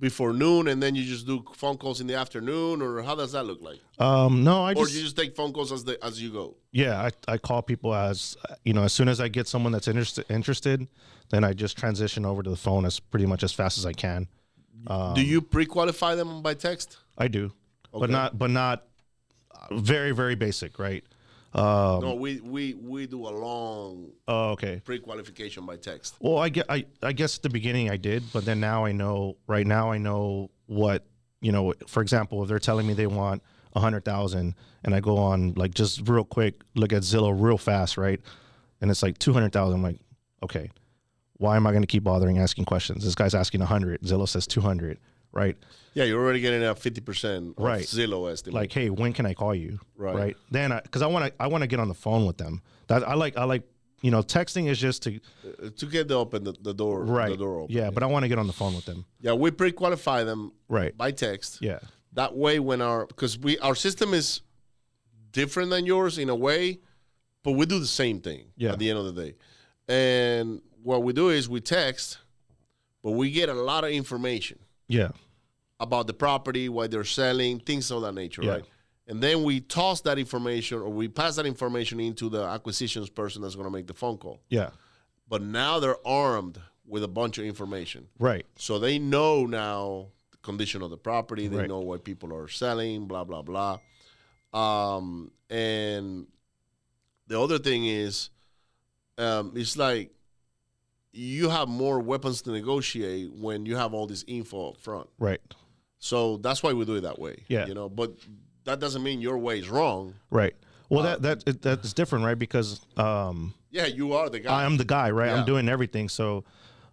B: before noon and then you just do phone calls in the afternoon, or how does that look like?
C: um, no, I
B: Or
C: just
B: you just take phone calls as the, as you go?
C: yeah, I, I call people as you know as soon as I get someone that's interested interested, then I just transition over to the phone as pretty much as fast as I can. Um,
B: do you pre-qualify them by text?
C: I do, but
B: Okay.
C: not but not uh, very very basic, right? Um,
B: No, we we we do a long
C: oh, okay.
B: pre-qualification by text.
C: Well, I get, I, I guess at the beginning I did, but then now I know. Right now I know what you know. For example, if they're telling me they want a hundred thousand, and I go on like just real quick, look at Zillow real fast, right? And it's like two hundred thousand. I'm like, okay, why am I going to keep bothering asking questions? This guy's asking a hundred. Zillow says two hundred, right?
B: Yeah, you're already getting a fifty percent
C: Right.
B: Zillow estimate.
C: like, hey, when can I call you?
B: Right.
C: Right. Then, because I want to, I want to get on the phone with them. That I like, I like, you know, texting is just to
B: Uh, to get the open the, the door
C: right.
B: the door open.
C: Yeah, but I want to get on the phone with them.
B: Yeah, we pre-qualify them
C: Right.
B: by text.
C: Yeah.
B: That way, when our because we our system is different than yours in a way, but we do the same thing
C: Yeah.
B: at the end of the day. And what we do is we text, but we get a lot of information
C: Yeah.
B: about the property, why they're selling, things of that nature,
C: Yeah.
B: right? And then we toss that information or we pass that information into the acquisitions person that's going to make the phone call.
C: Yeah.
B: But now they're armed with a bunch of information.
C: Right.
B: So they know now the condition of the property. They
C: Right.
B: know what people are selling, blah blah blah. Um, and the other thing is, um, it's like you have more weapons to negotiate when you have all this info up front.
C: Right.
B: So that's why we do it that way.
C: Yeah.
B: you know, but that doesn't mean your way is wrong.
C: Right. Well, that that it, that's different, right? Because um,
B: Yeah, you are the guy.
C: I'm the guy, right?
B: Yeah.
C: I'm doing everything, so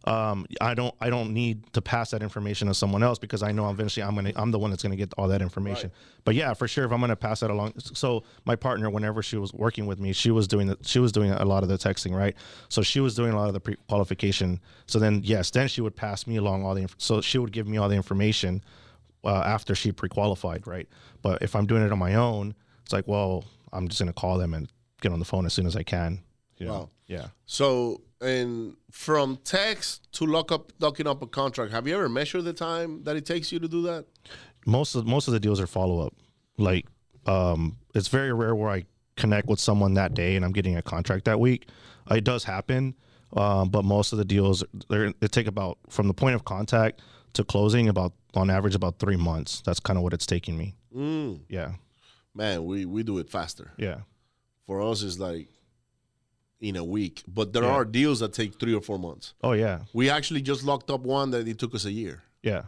C: um, I don't I don't need to pass that information to someone else because I know eventually I'm gonna I'm the one that's gonna get all that information. But yeah, for sure, if I'm gonna pass that along, so my partner, whenever she was working with me, she was doing the, she was doing a lot of the texting, right? So she was doing a lot of the pre qualification. So then yes, then she would pass me along all the inf- so she would give me all the information uh, after she pre-qualified, right? But if I'm doing it on my own, it's like, well, I'm just gonna call them and get on the phone as soon as I can. You know?
B: Wow.
C: Yeah.
B: So, and from text to lock up, locking up a contract, have you ever measured the time that it takes you to do that?
C: Most of most of the deals are follow up. Like, um, it's very rare where I connect with someone that day and I'm getting a contract that week. Uh, It does happen, um, but most of the deals they're, they take about from the point of contact to closing about on average about three months. That's kind of what it's taking me.
B: Mm,
C: Yeah.
B: man, we, we do it faster.
C: Yeah.
B: For us, it's like in a week. But there
C: Yeah.
B: are deals that take three or four months.
C: Oh yeah.
B: We actually just locked up one that it took us a year,
C: Yeah.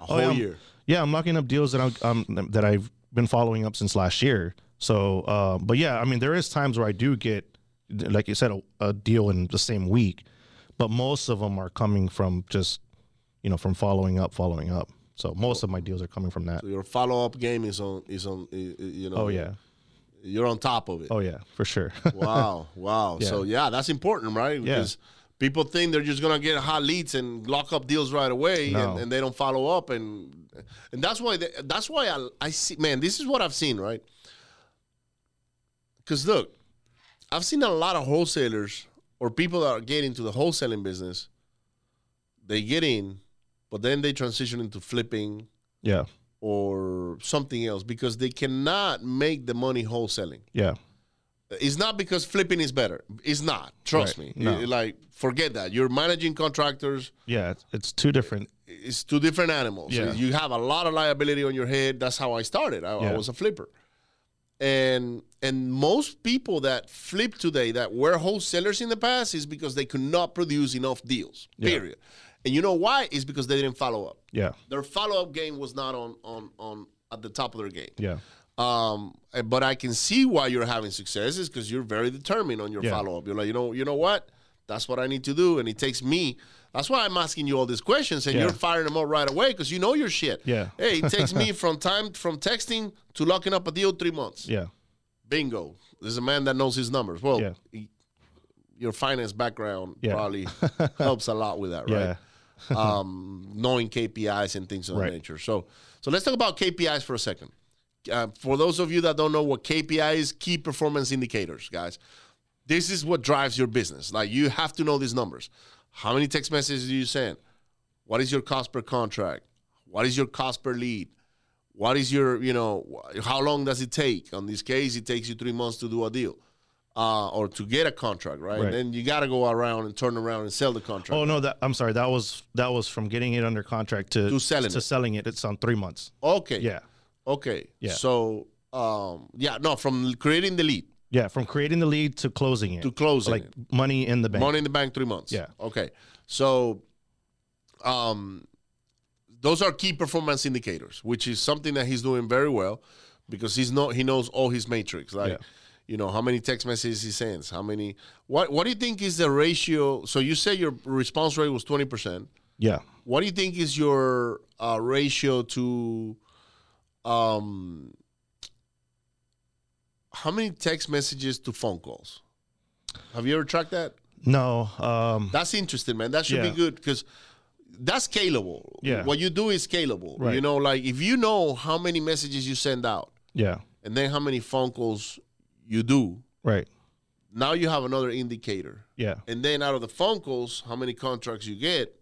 B: a
C: Oh,
B: whole
C: yeah, I'm-
B: year.
C: Yeah, I'm locking up deals that I'm um, that I've been following up since last year. So, uh, but yeah, I mean, there is times where I do get, like you said, a, a deal in the same week, but most of them are coming from just, you know, from following up, following up. So most of my deals are coming from that.
B: So your follow up game is on is on i- i- you know.
C: Oh yeah,
B: you're on top of it.
C: oh yeah, for sure.
B: Wow, wow. So yeah, that's important, right? Because people think they're just gonna get hot leads and lock up deals right away,
C: No.
B: and, and they don't follow up, and and that's why they, that's why I, I see. Man, this is what I've seen, right? Because look, I've seen a lot of wholesalers or people that are getting into the wholesaling business. They get in, but then they transition into flipping
C: Yeah.
B: or something else because they cannot make the money wholesaling.
C: Yeah.
B: It's not because flipping is better. It's not. Trust
C: Right.
B: me.
C: No.
B: It- like forget that. You're managing contractors.
C: Yeah. It's, it's two different.
B: It's two different animals.
C: Yeah.
B: You have a lot of liability on your head. That's how I started. I, I
C: Yeah.
B: was a flipper. And and most people that flip today that were wholesalers in the past is because they could not produce enough deals.
C: Yeah.
B: Period. And you know why? It's because they didn't follow up.
C: Yeah.
B: Their follow up game was not on on on at the top of their game.
C: Yeah.
B: Um, eh, but I can see why you're having success is because you're very determined on your
C: Yeah.
B: follow up. You're like, you know, you know what? That's what I need to do, and it takes me. That's why I'm asking you all these questions, and
C: Yeah.
B: you're firing them up right away because you know your shit.
C: Yeah.
B: Hey, it takes me from time from texting to locking up a deal three months.
C: Yeah.
B: Bingo. There's a man that knows his numbers. Well,
C: Yeah.
B: y- your finance background
C: Yeah.
B: probably helps a lot with that,
C: Yeah.
B: right? um, knowing KPIs and things of that
C: Right.
B: nature. So, so let's talk about KPIs for a second. Uh, for those of you that don't know what KPI is, key performance indicators, guys. This is what drives your business. Like you have to know these numbers. How many text messages do you send? What is your cost per contract? What is your cost per lead? What is your, you know, wh- how long does it take? On this case, it takes you three months to do a deal uh, or to get a contract, right?
C: Right.
B: And then you got to go around and turn around and sell the contract.
C: Oh no, that I'm sorry. That was that was from getting it under contract to
B: To selling
C: to
B: it.
C: selling it. It's on three months.
B: Okay.
C: Yeah.
B: Okay.
C: Yeah.
B: So, um, yeah, no, from creating the lead
C: Yeah. From creating the lead to closing it.
B: to closing,
C: like
B: it.
C: money in the bank.
B: money in the bank, three months.
C: Yeah.
B: Okay. So, um, those are key performance indicators, which is something that he's doing very well because he's not he knows all his matrix, like
C: Yeah.
B: you know how many text messages he sends, how many. What What do you think is the ratio? So you say your response rate was twenty percent.
C: Yeah.
B: What do you think is your uh, ratio to um how many text messages to phone calls? Have you ever tracked that?
C: No. Um.
B: That's interesting, man. That should be
C: Yeah.
B: good because that's scalable.
C: Yeah.
B: What you do is scalable.
C: Right.
B: You know, like if you know how many messages you send out
C: Yeah.
B: and then how many phone calls you do,
C: Right.
B: now you have another indicator.
C: Yeah.
B: And then out of the phone calls, how many contracts you get,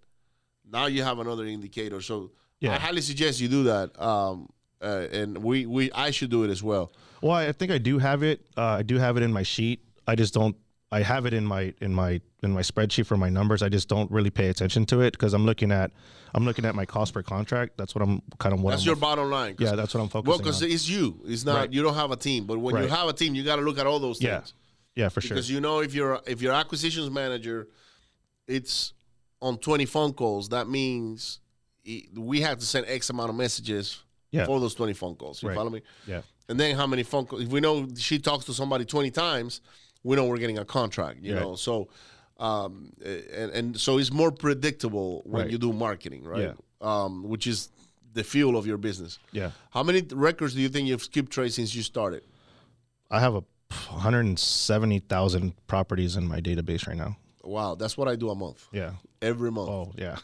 B: now you have another indicator. So I
C: Yeah.
B: highly suggest you do that. Um, uh, and we, we I should do it as well.
C: Well, I think I do have it. Uh, I do have it in my sheet. I just don't. I have it in my in my in my spreadsheet for my numbers. I just don't really pay attention to it because I'm looking at I'm looking at my cost per contract. That's what I'm kind of what
B: That's
C: I'm,
B: your bottom line. 'cause-
C: yeah. That's what I'm focusing
B: well, because
C: on.
B: it's you. It's not
C: Right.
B: you don't have a team. But when you
C: Right.
B: have a team, you got to look at all those
C: Yeah,
B: things
C: yeah, for sure.
B: because you know if you're if your acquisitions manager, it's on twenty phone calls. That means i- we have to send X amount of messages
C: Yeah.
B: for those twenty phone calls. You
C: Right.
B: follow me?
C: Yeah,
B: And then how many phone calls? If we know she talks to somebody 20 times, we know we're getting a contract, you
C: Right.
B: know? So, um, and, and so it's more predictable when
C: Right.
B: you do marketing, right?
C: Yeah.
B: Um, which is the fuel of your business.
C: yeah.
B: How many records do you think you've skipped trade since you started?
C: I have a 170,000 properties in my database right now.
B: Wow, that's what I do a month,
C: Yeah.
B: every month. Uh,
C: Oh, yeah.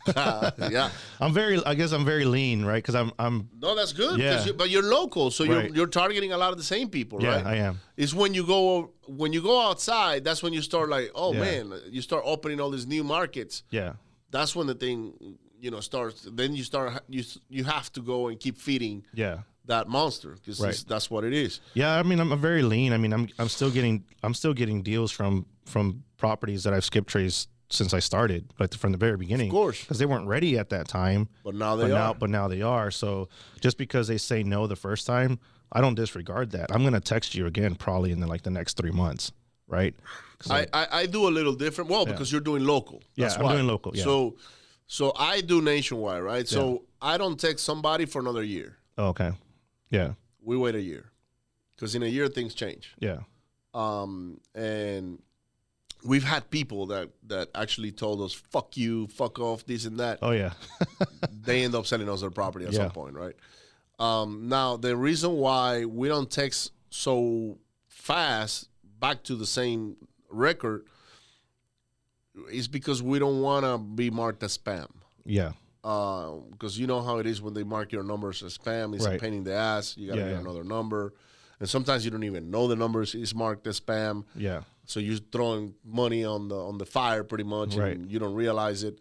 B: yeah.
C: I'm very. I guess I'm very lean, right? Because I'm. I'm.
B: No, that's good. 'cause
C: Yeah.
B: You, but you're local, so
C: Right.
B: you're, you're targeting a lot of the same people,
C: Yeah,
B: right?
C: I am.
B: It's when you go when you go outside. That's when you start like, oh
C: Yeah.
B: man, you start opening all these new markets.
C: Yeah.
B: that's when the thing you know starts then you start you s- you have to go and keep feeding
C: Yeah.
B: that monster because
C: Right.
B: that's what it is
C: Yeah, I mean, I'm very lean. I mean, I'm I'm still getting I'm still getting deals from from properties that I've skipped trades since I started, like from the very beginning.
B: course.
C: because they weren't ready at that time.
B: but now they
C: But
B: are
C: now, but now they are. So just because they say no the first time, I don't disregard that. I'm gonna text you again probably in the, like the next three months, right? 'Cause
B: I, I i do a little different well because you're doing local
C: Yeah,
B: that's
C: I'm
B: why.
C: doing local, yeah.
B: so so i do nationwide right so i don't text somebody for another year
C: oh, okay, yeah,
B: we wait a year because in a year things change
C: yeah,
B: um and we've had people that that actually told us fuck you fuck off this and that
C: oh yeah,
B: they end up selling us their property at
C: Yeah.
B: some point, right? Um, now, the reason why we don't text so fast back to the same record is because we don't want to be marked as spam.
C: yeah,
B: Because you know how it is when they mark your numbers as spam, it's a
C: Right.
B: pain in the ass. You got to
C: Yeah,
B: get
C: yeah.
B: another number. And sometimes you don't even know the numbers is marked as spam.
C: yeah,
B: So you're throwing money on the on the fire pretty much,
C: Right.
B: and you don't realize it.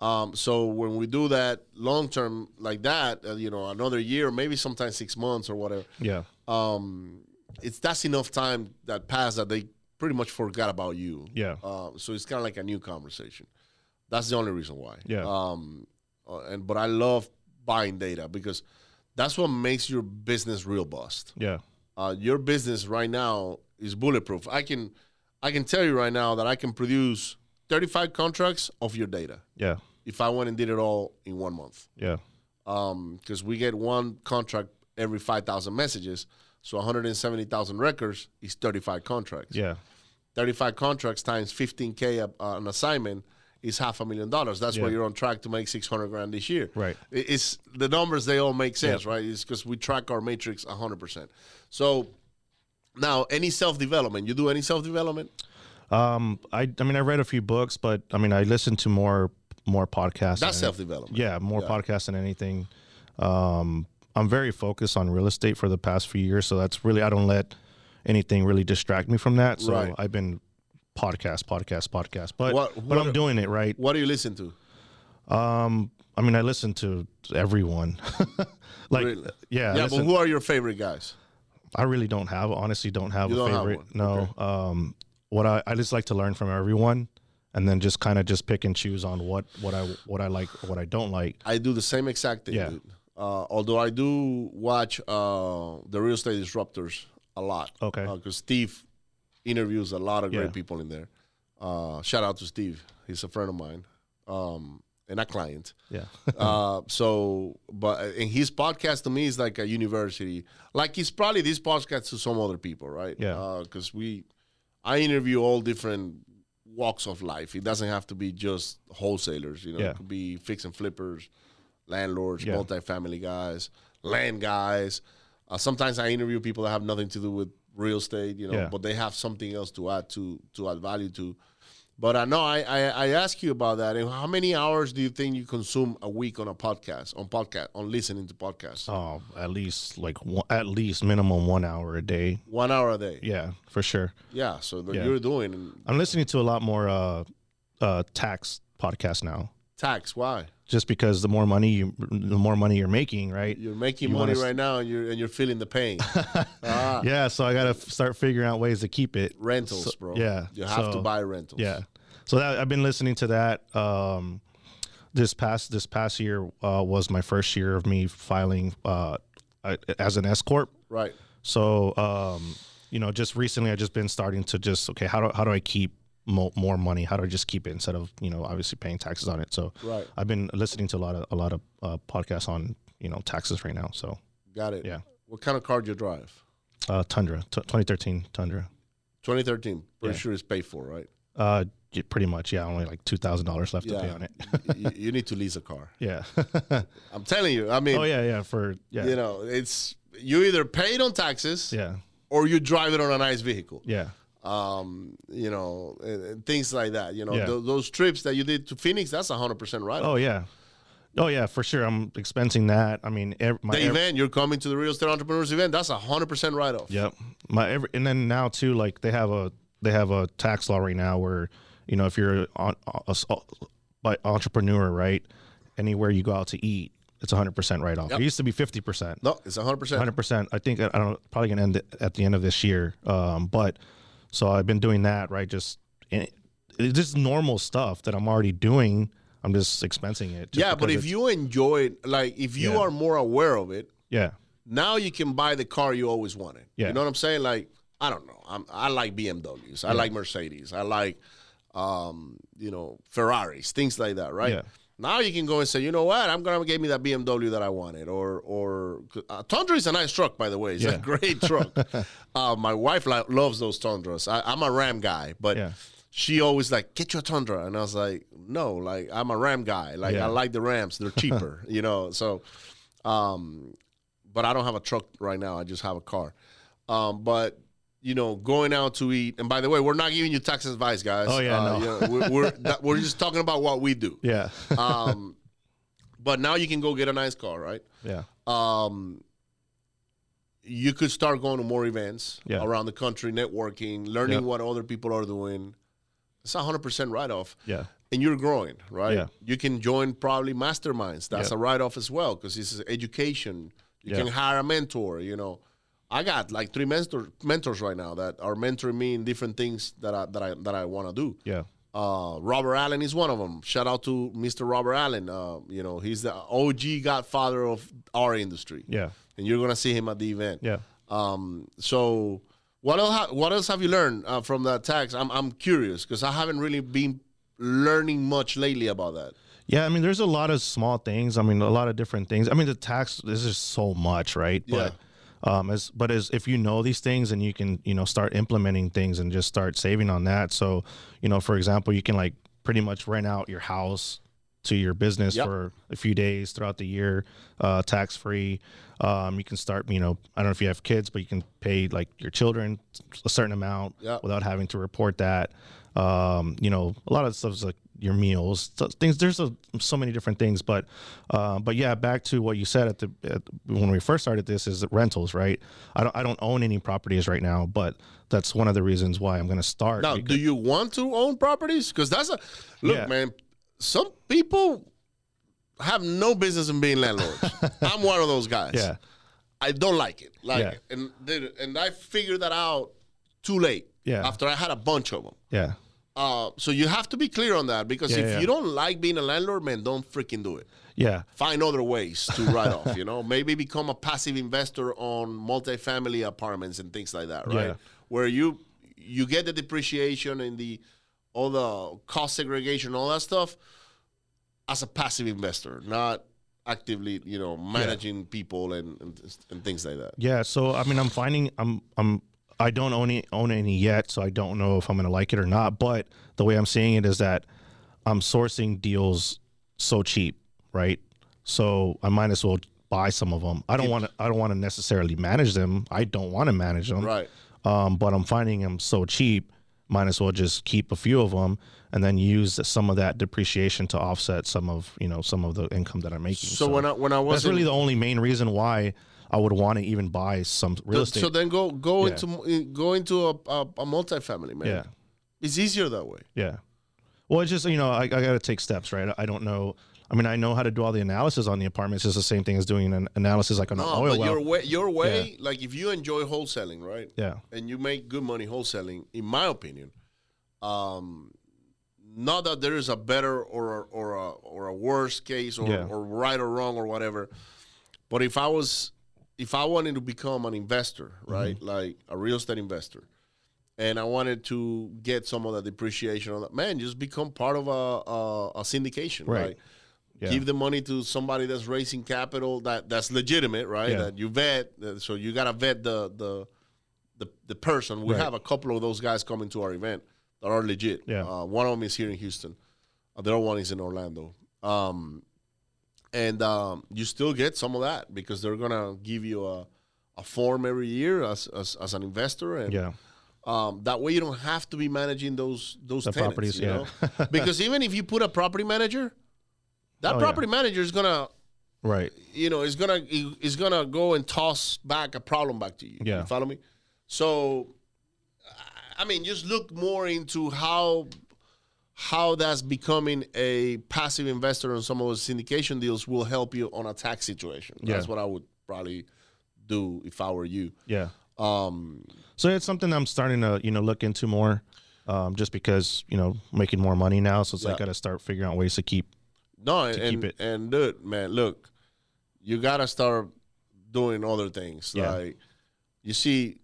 B: Um, so when we do that long term like that, uh, you know, another year, maybe sometimes six months or whatever,
C: Yeah.
B: um, it's that's enough time that passed that they pretty much forgot about you.
C: Yeah.
B: Uh, so it's kind of like a new conversation. That's the only reason why.
C: Yeah.
B: Um, uh, and but I love buying data because that's what makes your business real bust.
C: Yeah.
B: Uh, your business right now is bulletproof. I can, I can tell you right now that I can produce 35 contracts of your data
C: Yeah.
B: if I went and did it all in one month
C: Yeah.
B: because we get one contract every 5,000 messages. So 170,000 records is 35 contracts.
C: Yeah.
B: 35 contracts times 15K a, uh, an assignment is half a million dollars. That's why
C: Yeah.
B: you're on track to make 600 grand this year.
C: Right.
B: I- It's the numbers, they all make sense, right? It's because we track our matrix 100%. So now, any self development, you do any self development?
C: Um, I I mean I read a few books, but I mean I listened to more more podcasts.
B: That's
C: and-
B: self development.
C: Yeah, more podcasts than anything. Um, I'm very focused on real estate for the past few years, so that's really I don't let anything really distract me from that. So
B: Right.
C: I've been podcast, podcast, podcast, but
B: What-
C: but
B: what-
C: I'm doing it right.
B: What do you listen to?
C: Um, I mean I listen to everyone. like
B: Really?
C: yeah, I,
B: yeah,
C: listen-
B: but who are your favorite guys?
C: I really don't have honestly don't have
B: You
C: a
B: don't have
C: favorite.
B: one.
C: No. Um, what I, I just like to learn from everyone, and then just kind of just pick and choose on what what I what I like or what I don't like.
B: I do the same exact thing,
C: Yeah.
B: dude. Uh, although I do watch uh, the real estate disruptors a lot.
C: Okay.
B: Because Steve interviews a lot of
C: Yeah.
B: great people in there. Uh, shout out to Steve. He's a friend of mine um, and a client.
C: Yeah.
B: uh, so, but uh, and his podcast to me is like a university. Like he's probably this podcast to some other people, right?
C: Yeah.
B: Because we, I interview all different walks of life. It doesn't have to be just wholesalers. You know,
C: Yeah.
B: it could be fix and flippers, landlords,
C: Yeah.
B: multifamily guys, land guys. Uh, sometimes I interview people that have nothing to do with real estate. You know,
C: Yeah.
B: but they have something else to add to to add value to. But I know I, I I ask you about that. And how many hours do you think you consume a week on a podcast, on podcast, on listening to podcasts?
C: Oh, at least like one, at least minimum one hour a day.
B: One hour a day. Yeah.
C: Yeah, for sure.
B: so that
C: Yeah.
B: you're doing
C: I'm listening to a lot more uh, uh, tax podcasts now,
B: tax. Why?
C: just because the more money you the more money you're making, right?
B: You're making
C: You
B: money
C: wanna s-
B: right now, and you're and you're feeling the pain. ah,
C: Yeah, so I gotta f- start figuring out ways to keep it.
B: rentals,
C: So-
B: bro.
C: yeah,
B: you have to
C: so-
B: buy rentals.
C: Yeah. So that I've been listening to that. Um, this past this past year uh, was my first year of me filing uh, I- as an S corp.
B: right.
C: So um, you know, just recently I just been starting to just okay, how do how do I keep mo- more money? How do I just keep it instead of you know obviously paying taxes on it? So
B: Right.
C: I've been listening to a lot of a lot of uh, podcasts on you know taxes right now. So
B: Got it.
C: Yeah.
B: What kind of car do you drive?
C: uh, Tundra, t- 2013 Tundra,
B: 2013. Pretty
C: Yeah.
B: sure it's paid for, right?
C: uh, j- pretty much yeah, only like two thousand dollars left to pay
B: Yeah.
C: on it.
B: you, you need to lease a car.
C: yeah.
B: I'm telling you. I mean,
C: oh yeah, yeah for yeah
B: you know, it's you either pay it on taxes
C: yeah
B: or you drive it on a nice vehicle.
C: yeah
B: Um, you know, and, and things like that. You know,
C: Yeah.
B: tho- those trips that you did to Phoenix, that's 100% right.
C: oh yeah. Oh yeah, for sure. I'm expensing that. I mean, ev- my
B: the
C: ev-
B: event, you're coming to the Real Estate Entrepreneurs event, that's 100% write off.
C: Yep. My every, and then now too, like they have a they have a tax law right now where you know if you're on a, a- by entrepreneur, right? Anywhere you go out to eat, it's 100 percent write off.
B: Yep.
C: It used to be 50 percent.
B: No, it's 100%.
C: 100 percent. I think I don't know, probably gonna end it at the end of this year. Um, but so I've been doing that, right? Just eh, it, it's just normal stuff that I'm already doing. I'm just expensing it. just
B: Yeah, but
C: because
B: if
C: it's-
B: you enjoy it, like if you
C: Yeah.
B: are more aware of it,
C: yeah
B: now you can buy the car you always wanted.
C: Yeah.
B: You know what I'm saying? Like, I don't know. I'm, I like BMWs. I like Mercedes. I like, um, you know, Ferraris, things like that, right?
C: Yeah.
B: Now you can go and say, you know what? I'm gonna get me that BMW that I wanted, or or uh, Tundra is a nice truck, by the way. It's
C: Yeah.
B: a great truck. uh, my wife li- loves those Tundras. I, I'm a Ram guy, but
C: Yeah.
B: she always like get your Tundra, and I was like, no, like I'm a Ram guy. Like
C: Yeah.
B: I like the Rams; they're cheaper, you know. So, um, but I don't have a truck right now. I just have a car. Um, but you know, going out to eat, and by the way, we're not giving you tax advice, guys. Uh,
C: Oh, yeah, no.
B: you know, we're we're, that, we're just talking about what we do.
C: yeah
B: Um, but now you can go get a nice car, right?
C: yeah
B: Um, you could start going to more events
C: Yeah.
B: around the country, networking, learning
C: Yep.
B: what other people are doing. It's a hundred percent write off.
C: yeah
B: and you're growing, right?
C: Yeah.
B: You can join probably masterminds. That's
C: Yeah.
B: a write off as well because this is education. You
C: Yeah.
B: can hire a mentor. You know, I got like three mentor, mentors right now that are mentoring me in different things that I that I that I want to do.
C: Yeah.
B: Uh, Robert Allen is one of them. Shout out to Mr. Robert Allen. Uh, you know, he's the OG godfather of our industry.
C: Yeah.
B: And you're gonna see him at the event.
C: Yeah.
B: Um, so what else? Ha- what else have you learned uh, from the attacks? I'm I'm curious because I haven't really been learning much lately about that.
C: Yeah, I mean, there's a lot of small things. I mean, a lot of different things. I mean, the tax this is so much, right?
B: Yeah.
C: But um, as but as if you know these things and you can, you know, start implementing things and just start saving on that. So, you know, for example, you can like pretty much rent out your house to your business
B: Yep.
C: for a few days throughout the year, uh, tax free. Um, you can start, you know, I don't know if you have kids, but you can pay like your children a certain amount
B: Yep.
C: without having to report that. Um, you know, a lot of stuff's like your meals, so- things. There's a, so many different things, but, uh, but yeah, back to what you said at the at, when we first started this is rentals, right? I don't I don't own any properties right now, but that's one of the reasons why I'm going to start.
B: Now,
C: because-
B: do you want to own properties? Because that's a look,
C: Yeah.
B: man. Some people have no business in being landlords. I'm one of those guys.
C: yeah,
B: I don't like it. Like,
C: Yeah.
B: and they- and I figured that out too late.
C: Yeah.
B: After I had a bunch of them.
C: yeah,
B: Uh, so you have to be clear on that because
C: Yeah,
B: if
C: yeah.
B: you don't like being a landlord, man, don't freaking do it.
C: yeah,
B: Find other ways to write off. You know, maybe become a passive investor on multifamily apartments and things like that, right?
C: Yeah.
B: Where you you get the depreciation and the all the cost segregation, all that stuff, as a passive investor, not actively, you know, managing people and, and and things like that.
C: yeah. So I mean, I'm finding I'm I'm I don't own any, own any yet, so I don't know if I'm going to like it or not. But the way I'm seeing it is that I'm sourcing deals so cheap, right? So I might as well buy some of them. I don't want to I don't want to necessarily manage them. I don't want to manage them.
B: Right.
C: um, but I'm finding them so cheap. Might as well just keep a few of them and then use some of that depreciation to offset some of you know some of the income that I'm making.
B: So, when I when I was
C: that's really
B: in-
C: the only main reason why I would want to even buy some real estate.
B: So then go go
C: Yeah.
B: into go into a, a, a multifamily, man.
C: yeah,
B: It's easier that way.
C: yeah. Well, it's just you know I, I got to take steps, right? I don't know. I mean, I know how to do all the analysis on the apartments. It's the same thing as doing an analysis like on an
B: No,
C: oil
B: Oh, but your
C: well.
B: way, your way, like if you enjoy wholesaling, right,
C: Yeah,
B: and you make good money wholesaling, in my opinion, um, not that there is a better or a, or a, or a worse case or,
C: Yeah.
B: or right or wrong or whatever, but if I was if I wanted to become an investor,
C: Mm-hmm.
B: right, like a real estate investor, and I wanted to get some of the depreciation on that, man, just become part of a a, a syndication,
C: Right.
B: right?
C: yeah,
B: give the money to somebody that's raising capital that that's legitimate, right?
C: Yeah.
B: That you vet. uh, So you gotta vet the the the, the person. We
C: Right.
B: have a couple of those guys coming to our event that are legit.
C: Yeah.
B: Uh, one of them is here in Houston. Uh, The other one is in Orlando. Um, and um, you still get some of that because they're gonna give you a, a form every year as, as, as an investor and
C: yeah,
B: um, that way you don't have to be managing those those
C: The
B: tenants,
C: properties,
B: you
C: yeah.
B: know? because even if you put a property manager, that
C: Oh, yeah.
B: property manager is gonna
C: right,
B: you know is gonna is gonna go and toss back a problem back to you.
C: Yeah.
B: You follow me? So, I- I mean, just look more into how how that's becoming a passive investor on some of those syndication deals will help you on a tax situation. That's
C: Yeah.
B: what I would probably do if I were you.
C: yeah.
B: Um,
C: So it's something I'm starting to you know look into more, um, just because you know making more money now, so it's like
B: Yeah.
C: got to start figuring out ways to keep.
B: No, and
C: keep
B: and,
C: it.
B: and dude, man, look, you gotta start doing other things.
C: Yeah.
B: Like you see,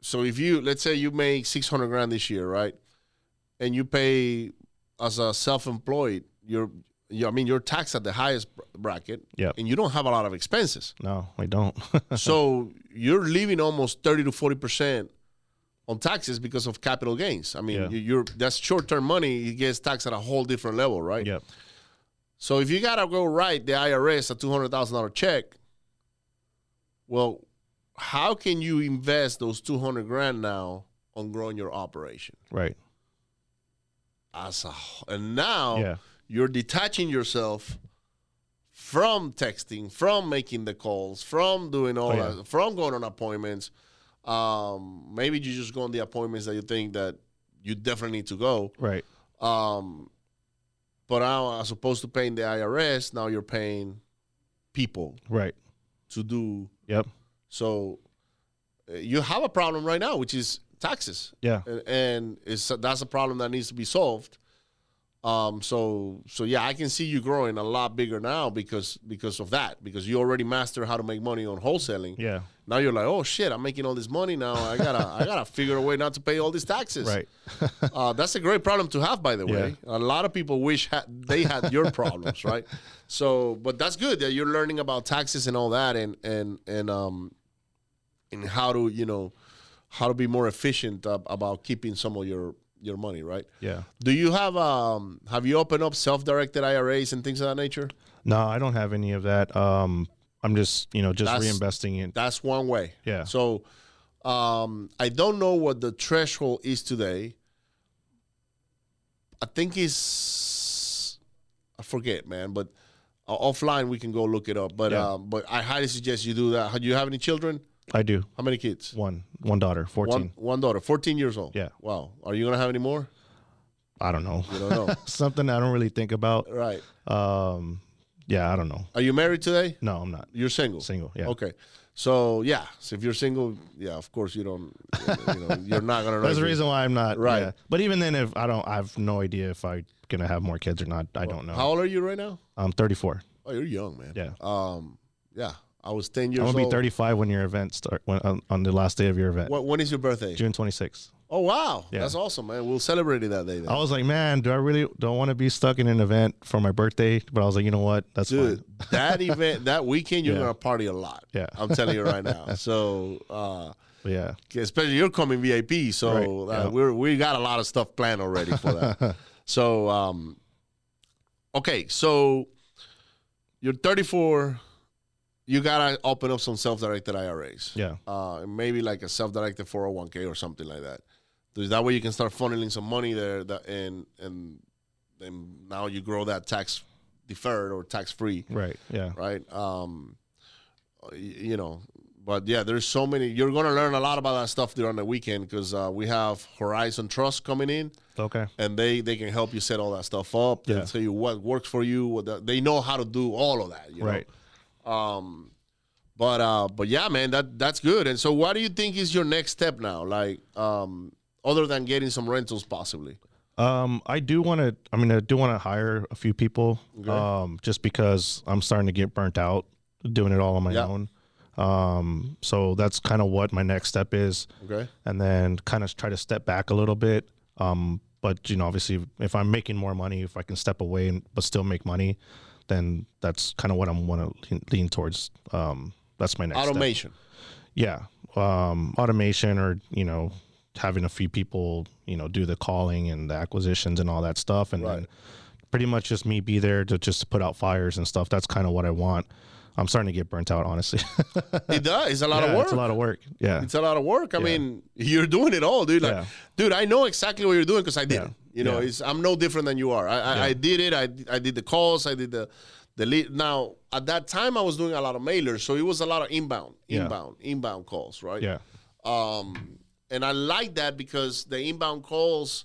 B: so if you let's say you make six hundred grand this year, right, and you pay as a self-employed, you're, you, I mean, you're taxed at the highest br- bracket,
C: Yep.
B: and you don't have a lot of expenses,
C: No, I don't.
B: so you're leaving almost thirty to forty percent. On taxes because of capital gains. I mean,
C: Yeah.
B: you, you're that's short-term money. It gets taxed at a whole different level, right?
C: yep.
B: So if you gotta go write the IRS a two hundred thousand dollar check, well, how can you invest those two hundred grand now on growing your operation?
C: Right.
B: As a, wh- and now
C: Yeah.
B: you're detaching yourself from texting, from making the calls, from doing all
C: Oh, yeah.
B: that, from going on appointments. Um, maybe you just go on the appointments that you think that you definitely need to go
C: Right.
B: um, But now, as opposed to paying the IRS, now you're paying people
C: Right.
B: to do.
C: Yep.
B: So uh, you have a problem right now, which is taxes,
C: Yeah.
B: and, and it's, that's a problem that needs to be solved. Um, so so yeah, I can see you growing a lot bigger now because because of that because you already mastered how to make money on wholesaling.
C: Yeah.
B: Now you're like, oh shit, I'm making all this money now. I gotta I gotta figure a way not to pay all these taxes.
C: Right.
B: Uh, that's a great problem to have, by the way. A lot of people wish ha- they had your problems, right? So, but that's good that you're learning about taxes and all that, and and and um, and how to you know how to be more efficient ab- about keeping some of your your money, right?
C: Yeah.
B: Do you have um have you opened up self-directed IRAs and things of that nature?
C: No, I don't have any of that. Um, I'm just you know just
B: That's-
C: reinvesting in.
B: That's one way.
C: Yeah.
B: So um, I don't know what the threshold is today. I think it's I forget, man. But uh, offline we can go look it up. But
C: Yeah.
B: um, but I highly suggest you do that. Do you have any children?
C: I do
B: How many kids?
C: one one daughter, fourteen.
B: One one daughter, fourteen years old.
C: Yeah.
B: Wow. Are you gonna have any more?
C: I don't know.
B: You don't know.
C: Something I don't really think about.
B: right.
C: Um, yeah, I don't know.
B: Are you married today?
C: No, I'm not
B: You're single.
C: single. Yeah.
B: Okay. So yeah, so if you're single, yeah, of course you don't. You know, you're not gonna. know
C: That's
B: if
C: the
B: you-
C: reason why I'm not.
B: Right.
C: yeah. But even then, if I don't, I have no idea if I'm gonna have more kids or not. I don't know.
B: How old are you right now?
C: I'm 34.
B: Oh, you're young, man.
C: Yeah.
B: Um, yeah. I was ten years
C: I'm gonna be
B: old.
C: 35 when your event start when on, on the last day of your event,
B: Wh- when is your birthday?
C: June 26th.
B: Oh wow,
C: Yeah. Oh,
B: that's awesome, man. We'll celebrate it that day. Then.
C: I was like, man, do I really don't want to be stuck in an event for my birthday? But I was like, you know what? That's
B: Dude,
C: fine.
B: that event, that weekend, you're
C: Yeah.
B: gonna party a lot.
C: Yeah.
B: I'm telling you right now. So, uh,
C: But yeah.
B: especially you're coming VIP, so
C: Right,
B: uh,
C: yeah.
B: we're we got a lot of stuff planned already for that. so, um, okay, so you're 34. You gotta open up some self-directed IRAs.
C: Yeah.
B: uh, maybe like a self-directed 401k or something like that. There's that way you can start funneling some money there, that, and and and now you grow that tax deferred or tax free,
C: Right. Yeah.
B: right? Um, y- you know, but yeah, there's so many. You're gonna learn a lot about that stuff during the weekend because uh, we have Horizon Trust coming in,
C: Okay.
B: and they they can help you set all that stuff up. They'll
C: Yeah.
B: tell you what works for you. What the, they know how to do all of that. You know?
C: Right.
B: Um, but uh, but yeah, man, that that's good. And so, what do you think is your next step now? Like, um, other than getting some rentals, possibly.
C: Um, I do want to. I mean, I do want to hire a few people. Um, just because I'm starting to get burnt out doing it all on my
B: Yeah.
C: own. Um, so that's kind of what my next step is,
B: Okay.
C: and then kind of try to step back a little bit. Um, but you know, obviously, if I'm making more money, if I can step away and but still make money, then that's kind of what I'm want to lean, lean towards. Um, that's my next step.
B: Automation.
C: Yeah. Um, automation or, you know, having a few people, you know, do the calling and the acquisitions and all that stuff. And
B: Right.
C: then pretty much just me be there to just put out fires and stuff. That's kind of what I want. I'm starting to get burnt out, honestly.
B: It does. It's a lot
C: Yeah,
B: of work.
C: It's a lot of work. Yeah.
B: It's a lot of work. I mean, you're doing it all, dude. Like,
C: Yeah.
B: dude, I know exactly what you're doing because I did. it. You know,
C: Yeah.
B: it's I'm no different than you are. I I, I did it. I I did the calls. I did the the lead. Now at that time, I was doing a lot of mailers, so it was a lot of inbound,
C: Yeah.
B: inbound, inbound calls, right?
C: Yeah.
B: Um, and I like that because the inbound calls,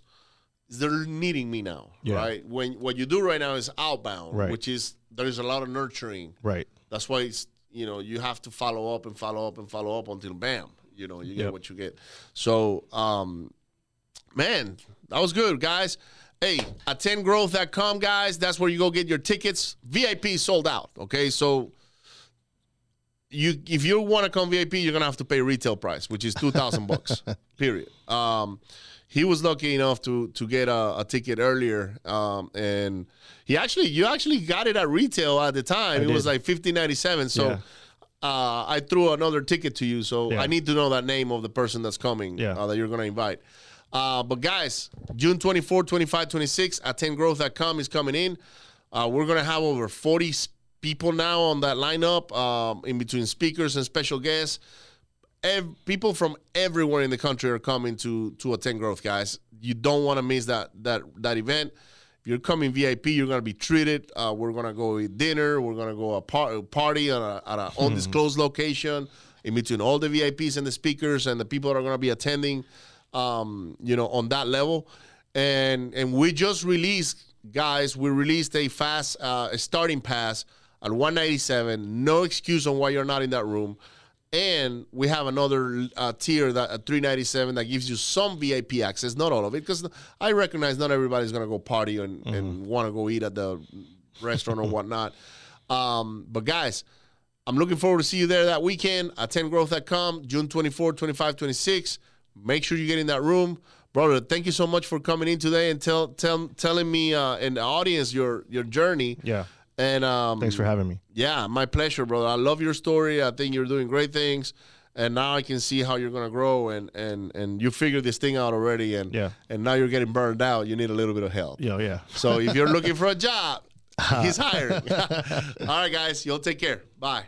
B: they're needing me now,
C: Yeah.
B: right? When what you do right now is outbound,
C: Right.
B: which is there's a lot of nurturing.
C: Right.
B: That's why it's you know you have to follow up and follow up and follow up until bam, you know you get
C: Yep.
B: what you get. So, um, man, that was good, guys. Hey, attendgrowth.com, guys. That's where you go get your tickets. VIP sold out. Okay, so you if you want to come VIP, you're gonna have to pay retail price, which is two thousand bucks. Period. Um, he was lucky enough to to get a, a ticket earlier, um, and he actually you actually got it at retail at the time. it was
C: did.
B: like fifteen ninety seven. So.
C: Yeah.
B: Uh, I threw another ticket to you, so
C: Yeah.
B: I need to know that name of the person that's coming
C: Yeah.
B: uh, that you're going to invite. Uh, but guys, June 24, 25, 26 at 10growth.com is coming in. Uh, we're going to have over 40 s- people now on that lineup um, in between speakers and special guests. Ev- people from everywhere in the country are coming to to attend growth guys you don't want to miss that that that event if you're coming vip you're going to be treated uh, we're going to go eat dinner we're going to go a par- party at a, at a undisclosed location in between all the vips and the speakers and the people that are going to be attending um, you know on that level and and we just released guys, we released a fast uh, a starting pass at 197. No excuse on why you're not in that room. And we have another uh, tier that at 397 that gives you some VIP access, not all of it, because I recognize not everybody's gonna go party and,
C: Mm-hmm.
B: and want to go eat at the restaurant or whatnot. Um, but guys, I'm looking forward to see you there that weekend at 10growth.com, June 24, 25, 26. Make sure you get in that room. Brother, thank you so much for coming in today and tell, tell telling me uh, and the audience your your journey.
C: Yeah.
B: And um,
C: Thanks for having me.
B: yeah, my pleasure, brother. I love your story. I think you're doing great things, and now I can see how you're gonna grow and and and you figured this thing out already. And
C: Yeah.
B: and now you're getting burned out. You need a little bit of help.
C: Yeah, yeah.
B: So if you're looking for a job, he's hiring. All right, guys. Y'all take care. Bye.